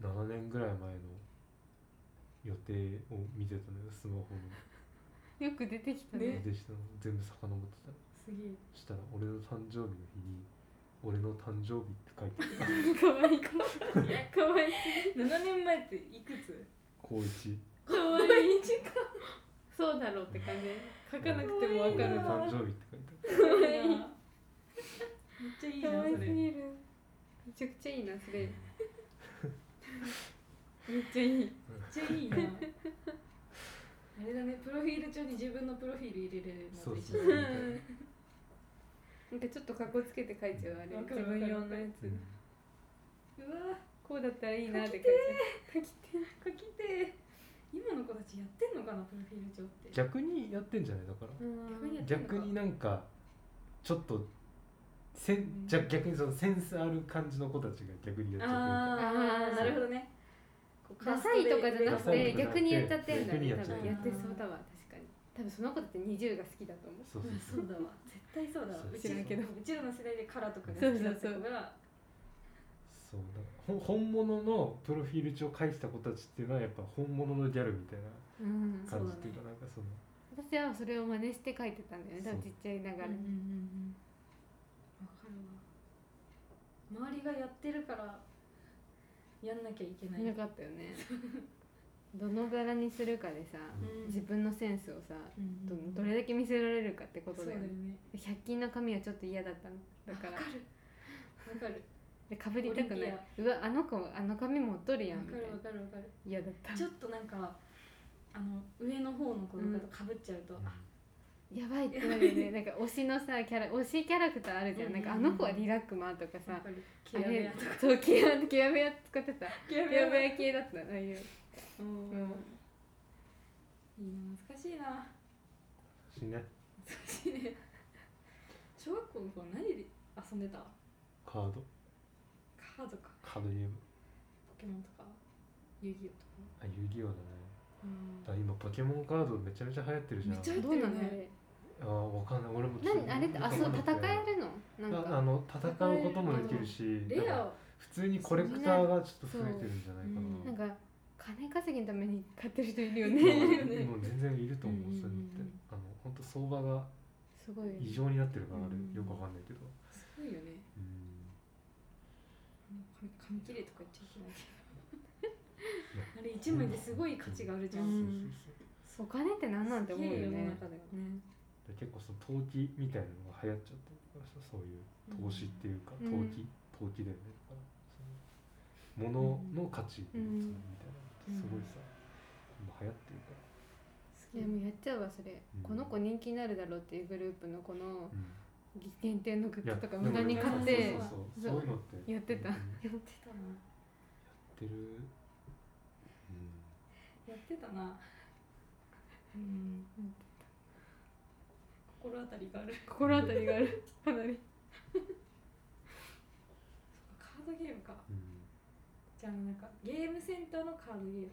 7年ぐらい前の予定を見てたのよスマホの
よく出てきたね
ね
でしたの全部遡ってたの
すげえ
そしたら俺の誕生日の日に「俺の誕生日」って書いてあ る
かわいいかわいかわいい
7年前っていくつ
高一
かわいい
時間
そうだろうって感 じ書かなくてもわ
俺
かる
の
か
誕生日って書いてある
かわいいめっちゃいいじゃ
わ
ん
い
そ
す
れ
ぎるめちゃくちゃいいなそれめっちゃいい
めっちゃいいなあれだねプロフィール帳に自分のプロフィール入れれるの
そう
と一
そう
緒
そう
だ
み
ね
たいなうん
なんかちょっとかっこつけて書いちゃうあれ
わかる
自分用のやつ
うわ
こうだったらいいなって書いちゃう
書きてー今の子たちやってんのかなプロフィール帳って
逆にやってんじゃないだから
逆
にやってんのか
逆になんかちょっとせ
うん
んじゃ逆にそのセンスある感じの子たちが逆にやっちゃってるから
あーなるほどねこう
ダサいとかじゃなく
ダサい
て
とかじゃなくて
逆にやっちゃってんだ
逆にや
ね
っ
多
ちゃって
分
る
やってそうだわ確かに多分その子だって20が好きだと思う
そう
う
そ
ん
う
そ
そう
うだわ絶対そうだわ
そう
うちら
知らんけど
うちらの世代でカラーとかが好きだった子が
そうだほん本物のプロフィール帳書いてた子たちっていうのはやっぱ本物のギャルみたいな
うん
感じっていうかなんかその
私はそれを真似して書いてたんだよね多分ちっちゃいながら
うんうんうんわかるわ周りがやってるからやんなきゃいけない
なかったよねどの柄にするかでさ、
うん
自分のセンスをさ
うん
どどれだけ見せられるかってこと
そう
だ
だ
よ
よ
ね
ね
100均の紙はちょっと嫌だったのだから
わかるわかる
でかぶりたくないうわあの子あの髪持っとるやん
わ
み
か
たい
る
な
わかるわかる
嫌だった
ちょっとなんかあの上の方の子とかとかぶっちゃうと、あ
やばいってなるよねなんか推しのさキャラ推しキャラクターあるじゃん,、
うんうんうん
なんかあの子はリラックマとか
わ
さ
かるキ
あ
ラベ
れ
アとか
そうキラキラベア使ってた
キラ
キラベ
ベ
ア系だったああいう
アうん
うん
いいな懐かしいな
しね
懐かしいね小学校の頃何で遊んでた
カード
カードか
カードゲーム
ポケモンとか遊戯王とか
あ遊戯王だね
うん
あ今ポケモンカードめちゃめちゃ流行ってるじゃん
めっちゃ流行
どうなのあれ
あーわかんない俺も
何あれってあそう戦えるのなん
ああ
か
の戦うこともできるし
レ
なんか
ア
普通にコレクターがちょっと増えてるんじゃないか
そ
な
なんか金稼ぎのために買ってる人いるよ
い
ね
るよね
もう全然いると思う、
うんうんうん
そういうのってあの本当相場が
すごいよね
異常になってるからあれ、
うん
よくわかんないけど、
すごいよね
うん、
紙紙切れとか言っちゃいけないけどあれ一枚ですごい価値があるじゃん、
う
そうんそうそう
お金って何なんて思うよ
世の
ね
中ではね
で結構その投機みたいなのが流行っちゃってるからさそういう投資っていうか、
うん
投機投機だよねだからその物の価値みたいなのってすごいさ、今流行ってるから、
いやもうやっちゃうわそれ、
うん
この子人気になるだろうっていうグループのこの
うん
限定のグ
いや
ッズとか
でも
無駄に買っ
い
て
や
そうそうそうそういうのって
やってた
うんやってる、うん
やって
好きだなやってたなうん心当たりがある
心当たりがある かなり
カードゲームか
うん、
じゃあなんかゲームセンターのカードゲーム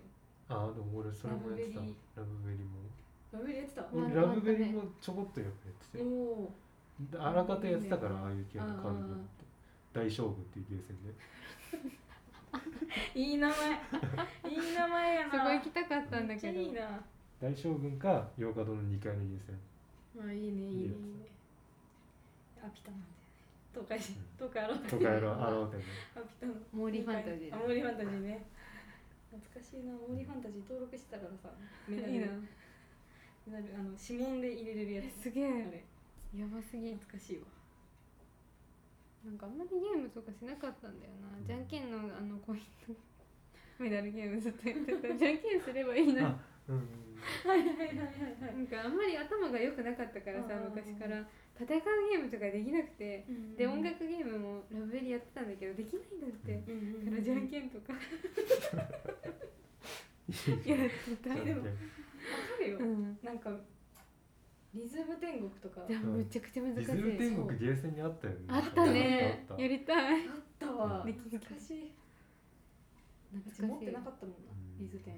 あーでも俺それもやってたラブベリーも
ラブベリーやってた
うん
俺ラブベリーもちょこっとやっぱやってたよ
おお
であらかたやってたからああいう系のカードゲームって大将軍っていうゲーセンで
いい名前いい名前やな
すごい行きたかったんだけど
めっちゃいいな
大将軍か洋華堂の2階のゲーセン
まあいいねいいねいい
いい
ね
よ
アピタなんだよね東海市
うん
東海アロー
とかやろうあろうね
アピタの
モーリーファンタジー
あモーリーファンタジーね懐かしいなモーリーファンタジー登録してた からさメダル
いいな
メダルあの指紋で入れれるや
え
つ
すげえ
あれ
やばすぎ
懐かしいわ
なんかあんまりゲームとかしなかったんだよなじゃんけんのあのコインのメダルゲームずっとやって たじゃんけんすればいいのに
あうんうん
はいはいはいは
なんかあんまり頭が良くなかったからさ
うんうんうん
昔から戦うゲームとかできなくて
い
で音楽ゲームもラブベリーやってたんだけどできないんだって
うんうんうん
だからじゃんけんと かやってた
じゃんけん
わかるよ
うん
なんかリズム天国とか
でもめちゃくちゃ難し
リ
い
ズム天国ゲーセンにあったよね
あったね
あったあった
やりたい
あったわ
でき
懐かしい
懐
う
かし
ち
い
持ってなかったもんな
うん
リズ天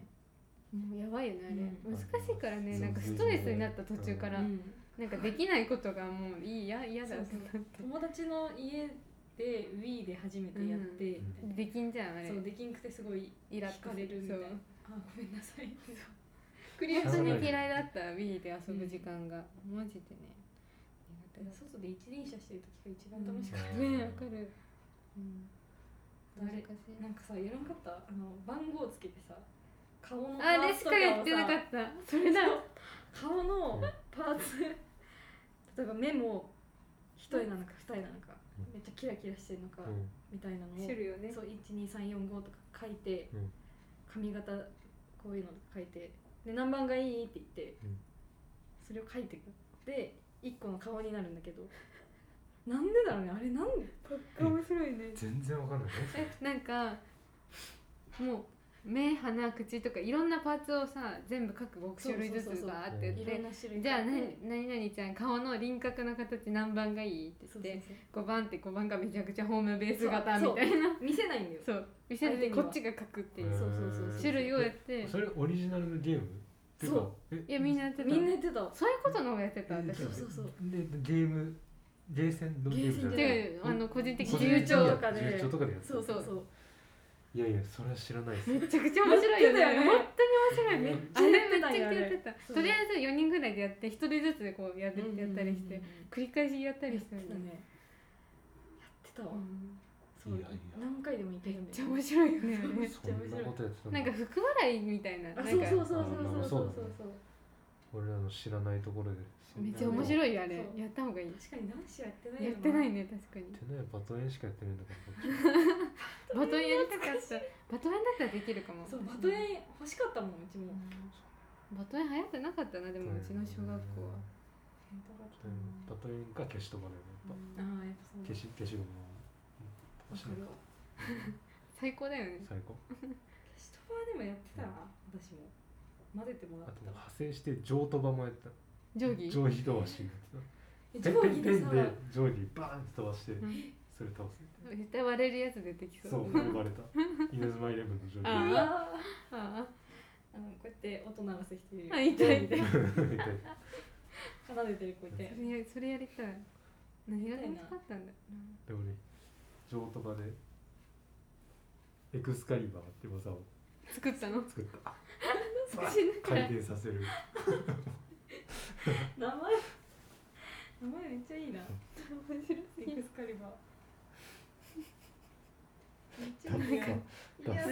もうやばいよねあれ、
う
難しいからね
そう
なんかストレスになった途中から、
うん
なんかできないことがもういいや嫌だってなって
友達の家で Wii で初めてやってみた
で
い
きんじゃんあ
な
れ
そうできんくてすごい
イラ
惹
ッと
かれるみたいな
そう
あごめんなさい
クリアに嫌いだった Wii で遊ぶ時間が、マジでね苦手だっ
外で一輪車してる時が一番楽しかった
ねわかる、うん、
あ
難
れ
しい
た、なんかさやらんかったあの番号つけてさ顔のパ
あれ
ー
し
ツと
かやってな
か
か
を
っ
さ
たそれだ
顔
うん
のパーツ例えば目も一重なのか二重なのか
うん
めっちゃキラキラしてるのか
うん
みたいなのを
種類をね
そう12345とか書いて、
うん
髪型こういうのとか書いてで何番がいいって言って、
うん
それを書いてくで1個の顔になるんだけど なんでだろうねあれなん
面白いね
全然わかんない
えなんかもう目鼻口とかいろんなパーツをさ全部各6種類ず
そうそうそ
つ
うそう
バーってやっ
で
いろん
て
な種類
じゃあ
が
な
て
何々ちゃん顔の輪郭の形何番がいいって
そうそう
言って
そう
5番って5番がめちゃくちゃホームベース型みたいな
見せないんだよ
そう見せて
相手に
こ
は
っちが書くってい
へ
う
ー
そうそうそうそう
種類をやって
それオリジナルのゲームっていか
そ
え
いやみんなやってた
みんなやってた
そういうことの方がやってた私
そうそうそう
でゲームゲーセンのゲームじゃない
ゲーセン
違うよあの個人的
個人
自由
帳
帳
とかで
自由帳とかでやってた
そうそうそう
いやいやそれは知らないです
めちゃくちゃ面白いよね
やってたよね
本当に面白いね
うん
あれめっちゃやってた
そう
とりあえず4人ぐらいでやって1人ずつこうやるやったりして
うんうんうんうん
繰り返しやったりして
や
る
っ
ん
てた
だ
ね
ね
やってたわ、
うん
そ
い
う
やいや
何回でもいけ
めっ
るんだ
ちゃ
よね
面白い
そんな
よねあれね
ちゃ面白い
ことやってたんだ
なんか福笑いみたいな
あ
なんか
そうそうそうそうそうそうそう
俺らの知らないところでそんな
めっちゃ面白いよあれ
そう
やった方がいい
確かに男子やってない
やってないね
よ
確か
て
に
ねバトエンしかやってないんだから僕
バトンやりたかったバトンだったらできるかも
そうバトエン欲しかったもんうちも
バトン流行ってなかったなでもうちの小学校は
バトエンか消しとかだよねやっ
ああやっぱそう
ぱ消し消しゴムを
わ
し
か
ない
るわ
最高だよね
最高
消し飛ばはでもやってたな私も混ぜても
あ
らっ
と
てた
派生して上飛ばもやった
定規
上飛飛ばしやって
え
た
定
ペンペンペン
規でさ
で上にバーンって飛ばして
うん
それ倒すみたいな
絶対割れるやつ出てきそ
そう
う
呼ばれた稲妻イレブンの上
あ
う
に
わ
あ
あのこうやって音鳴らせ人いる
ああ痛い痛い
みたいな
奏でてる子いて
それやそれやりたい何が楽しかったんだ
で俺上飛ばでエクスカリバーって技を
作った の
作った
少しな
回転させる
名前名前めっちゃいいな面白いエクスカリバー
ダッサ
めっちゃいいない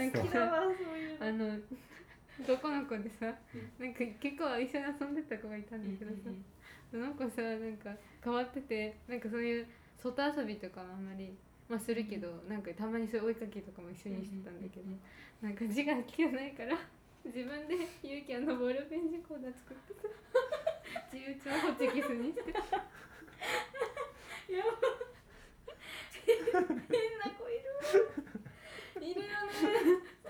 や好きだわそういうの
あの男の子でさなんか結構一緒に遊んでた子がいたんだけどさ、その子さなんか変わっててなんかそういう外遊びとかはあんまり、まあ、するけど、なんかたまにそういう追いかけとかも一緒にしてたんだけど、
うんうん
なんか字がきがないから自分でゆうきゃんのボールペン字コーナー作ってさ自由帳ホチキスにして
やば変な子いるわいるよねそういう子いるよね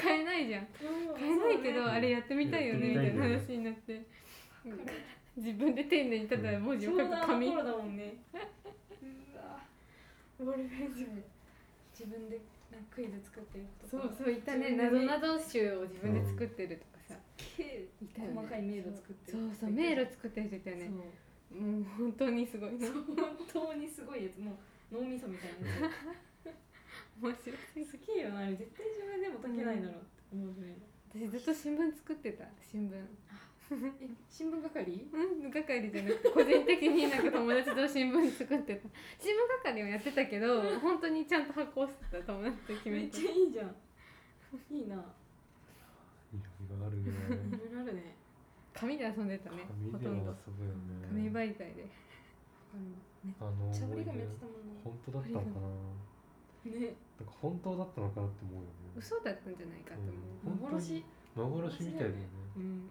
買えないじゃん買え
変
ないけど、
ね
あれやってみたいよねみたいな
やってみ
話になって。自分で丁寧にただ文字
ち
を
ょう
書
ど
く
あの
紙
頃だもんねうわボールペンジも自分でなんかクイズ作ってること
そ
か
うそういたね
自
謎
分で
謎集を自分で作ってるとかさ、
け
いたよね
細かい迷路作って
そ
る
うそう迷路作ってる人いたよね
そう
もう本当にすごいな
そう本当にすごいやつもう脳みそみたいなや
面白い
つ好きよなあれ絶対自分でも解けないだろうって思うぐらい
私
の
ずっと新聞作ってた新聞
え新聞係
うん係じゃなくて個人的になんか友達と新聞作ってた新聞係をやってたけど本当にちゃんと発行してた友達と決
め
め
ってちゃいいじゃんいいな
意味があるね
いろいろあるね
紙で遊んでたね
紙
ほ
で
と
遊
ん
ぶ
ど
よ
紙
ね
媒体で
あの
しゃ
思
ぶり
い出
紙やってたもん
本当だったのかな
なね
なんか本当だったのかなって思うよね
嘘だったんじゃないかと思
うん本当に
幻
幻みたいだよね
う、うん、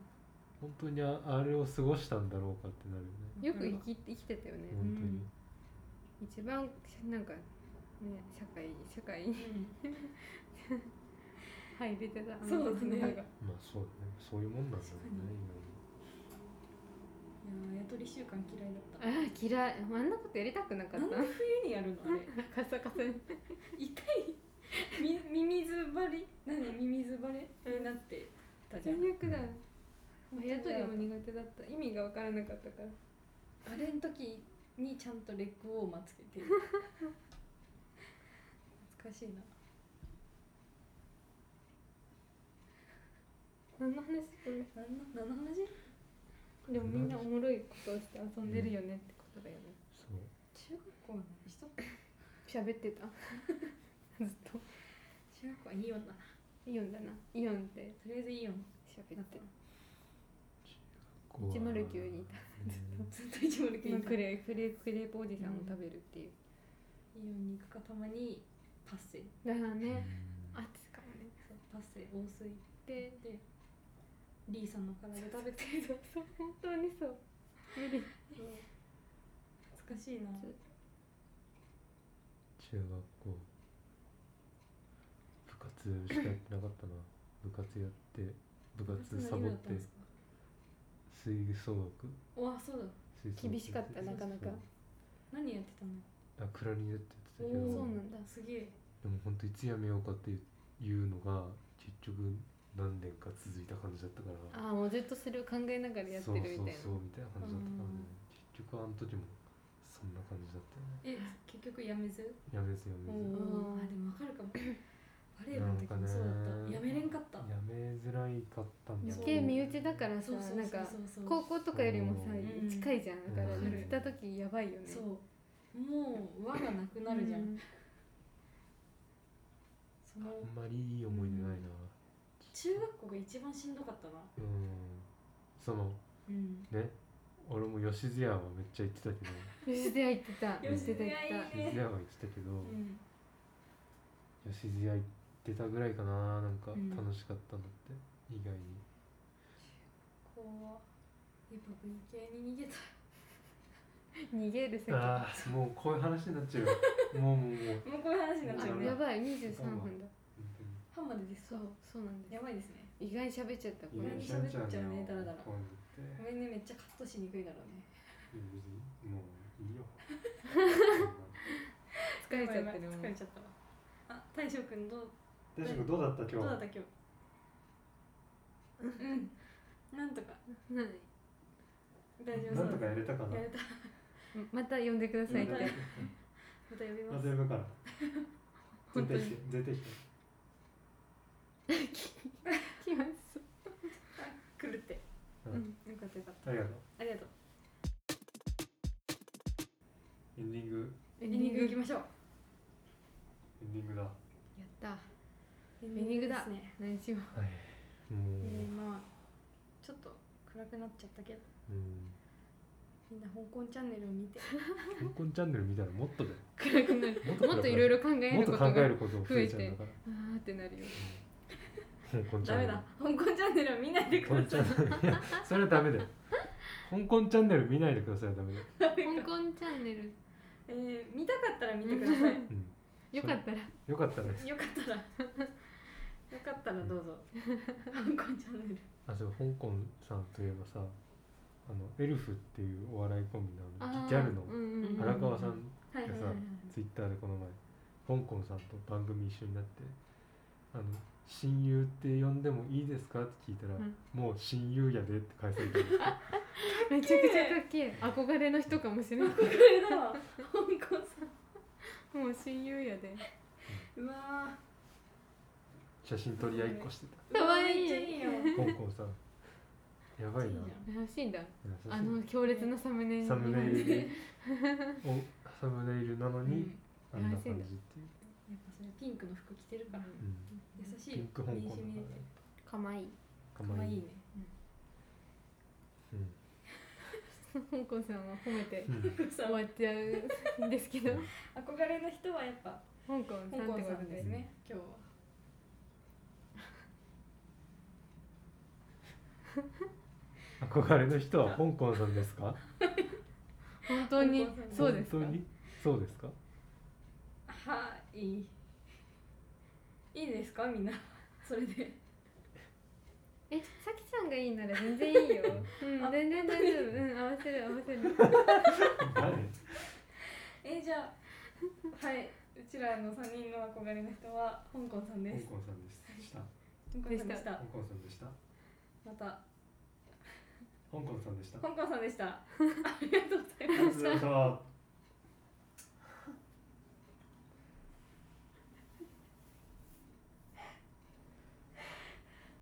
本当にああれを過ごしたんだろうかってなるよね
よく生き生きてたよね、
本当に
一番なんかね社会社会に
う
入れてたあの
そうだね
なんか
まあそうだねそういうもんなんだろうね
んいやーやとり週間嫌いだっ
あー嫌いあんなことやりたくなか
た
っ
な
た
んで冬にやるのあれ
カサカサに
痛いみミミズバレ何ミミズバレになってたじゃ
最
ん
悪だ
本当だ
やとりも苦手だった意味が分からなかったから
あれの時にちゃんとレッグウォーマーつけて懐かしいな
何の話これ
何の何の話
でもみんなおもろいことをして遊んでるよねってことだよね
そう
中学校の人
喋ってたずっと
中学校はイオンだな
イオンだなイオンで
とりあえずイオン
喋っ
だってた
こう
109にいた
うん
ずっと一丸く
今
イ
クレークレークレープおじさんを食べるっていう、
オンに行くかたまにパッセ
だから
うん
ね暑かもね
そうパッセ大水
で
でリーさんの唐揚げ食べて
そうそう本当にそう無理
懐かしいな
中学校部活しかやってなかったな部活やって部活サボって吹奏楽
おあそうだ
吹奏楽
厳しかったなかなか
そう
何やってたの
あクラリネットやってたけ
お
どで
ー
そう
も
なんだ
すげえ
本当いつやめようかっていうのが結局何年か続いた感じだったから
ああもうずっとそれを考えながらやってるみたいな
そうそうそうみたいな感じだったからね結局あの時もそんな感じだったよね
え結局やめず
やめずやめ
お
ず
おあでもわかるかもバレエ部の時もそうだ
なんか
った
ね
やめれんかった
やめづらいかったんだろ
余
う
計
ね
身内だからさ
そうそう
な
そ
ん
う
か
そう
高校とかよりもさ
うん
近いじゃんだから
うん
行った時やばいよね
そうもう輪がなくなるじゃん、
うん
そ
あ
の
んまりいい思い出ないな
中学校が一番しんどかったな
うんその
うん
ね俺も吉津屋はめっちゃ行ってたけど
吉田屋行ってた
吉
吉
田
田
屋
屋行っ
いいね
吉津屋は行ってたけど、
うん
吉津屋行ってたぐらいかななんか
うん
楽しかったのって、意外に
こうやっぱ文系に逃げた
た逃げる先
ああもうこういう話になっ ちゃうよもうもうもう
もうこういう話になっちゃう
あ
ね
やばい23分だ
ハンマーでです
そうそうなんで
やばいですね
す意外に喋っちゃったこ
意
れ
外に喋っちゃうね
だらだら
こういうのって
ごめんねめっちゃカットしにくいだろうね
いや別にもうい いよ
疲れちゃってるも
や
ん
ばい疲れちゃったわあ大将くんどう
大将君どうだった今日
どうだった今日うんなんとか
ない
大丈夫
な
そ
んと
う
かやれたかな
やれた
また呼んでくださいっ
ま
て
また呼び
ま
ま
た
す
呼ぶ から
本
絶
当
対
に
来て絶対来て
来ます
来るって
うん
うん
よかったよかった
ありがとう
ありがとう
エンディング
エ
エ
ン
ン
デ
デ
ィ
ィ
ング
ング
や
いきましょう
エンディングだは
った
エ
エンディングだ
ですね
何しよ
いもう
え、ーまあちょっと暗くなっちゃったけど
うん
みんな香港チャンネルを見て
香港チャンネル見たらもっとだよ
う暗くなる
もっ
もっといろい
ろ
ろ考え
もっ
ることと
考
が
えること増えちゃうんだから
あーってなるよ
香港チ
ダ
ャン
メ
ネル
だ香港チャンネルは見ないで
香
く
港
だ
チ
さい
ャンネルい やそれはダメだよ香港チャンネル見ないでくださいはダメだよ、
ダ
香
メか
港チャンネル
えー見たかったら見てくださ
う
い
ん、
よかったら
よかったね
よかったらよかったらどうぞ香港チャンネル
あそう香港さんといえばさあのエルフっていうお笑いコンビのあの
あー
ギャルの
うんうんうん
荒川さんが
はいはい
さ
はいはい
ツイッターでこの前香港さんと番組一緒になってあの「親友って呼んでもいいですか?」って聞いたら「
うん
もう親友やで」って返されたんですよ
めちゃくちゃかっけえ憧れの人かもしれ ない
これだわ香港さ
もう親友やで
んうわ
写真撮り合いっこしてた
ー
かわいいう
わーめっちゃいいよ
香港さんやばいな
めっちゃいいじゃん
らしいんだ
うんそうそう
あの強烈なサムネ
サムネイルにおサムネイルなの
う
に
ん、
あんな感じっていう、
やっぱそれピンクの服着てるから
うん、
優しい
ピンク香港だか
にじみ出て
かまいい
ら
か
か
わ
わ
い
い
い
い
ね、
うん
香港さんは褒め て
うん
香
終
港
わっちゃうんですけど
うん
さん憧れの人はやっぱ
香港
香
さんっ
港
て
さ
こと
んで
ですす
ね今日は
憧れの人は香港さんですか
本当に
香港さんです
そうですか
本当にそうですか
はいいいですかみんな それで
えさきちゃんがいいなら全然いいよ うん
あ
全然大丈夫うん合わせる合わせる
誰
えじゃあはいうちらの3人の憧れの人は香港さんで
香
す
港さんですした
香港さんで
で
し
したた
香港さんでした
また
香港さんでした
香港さんでしたありがとうございま
あ
し
り
た
がとうございました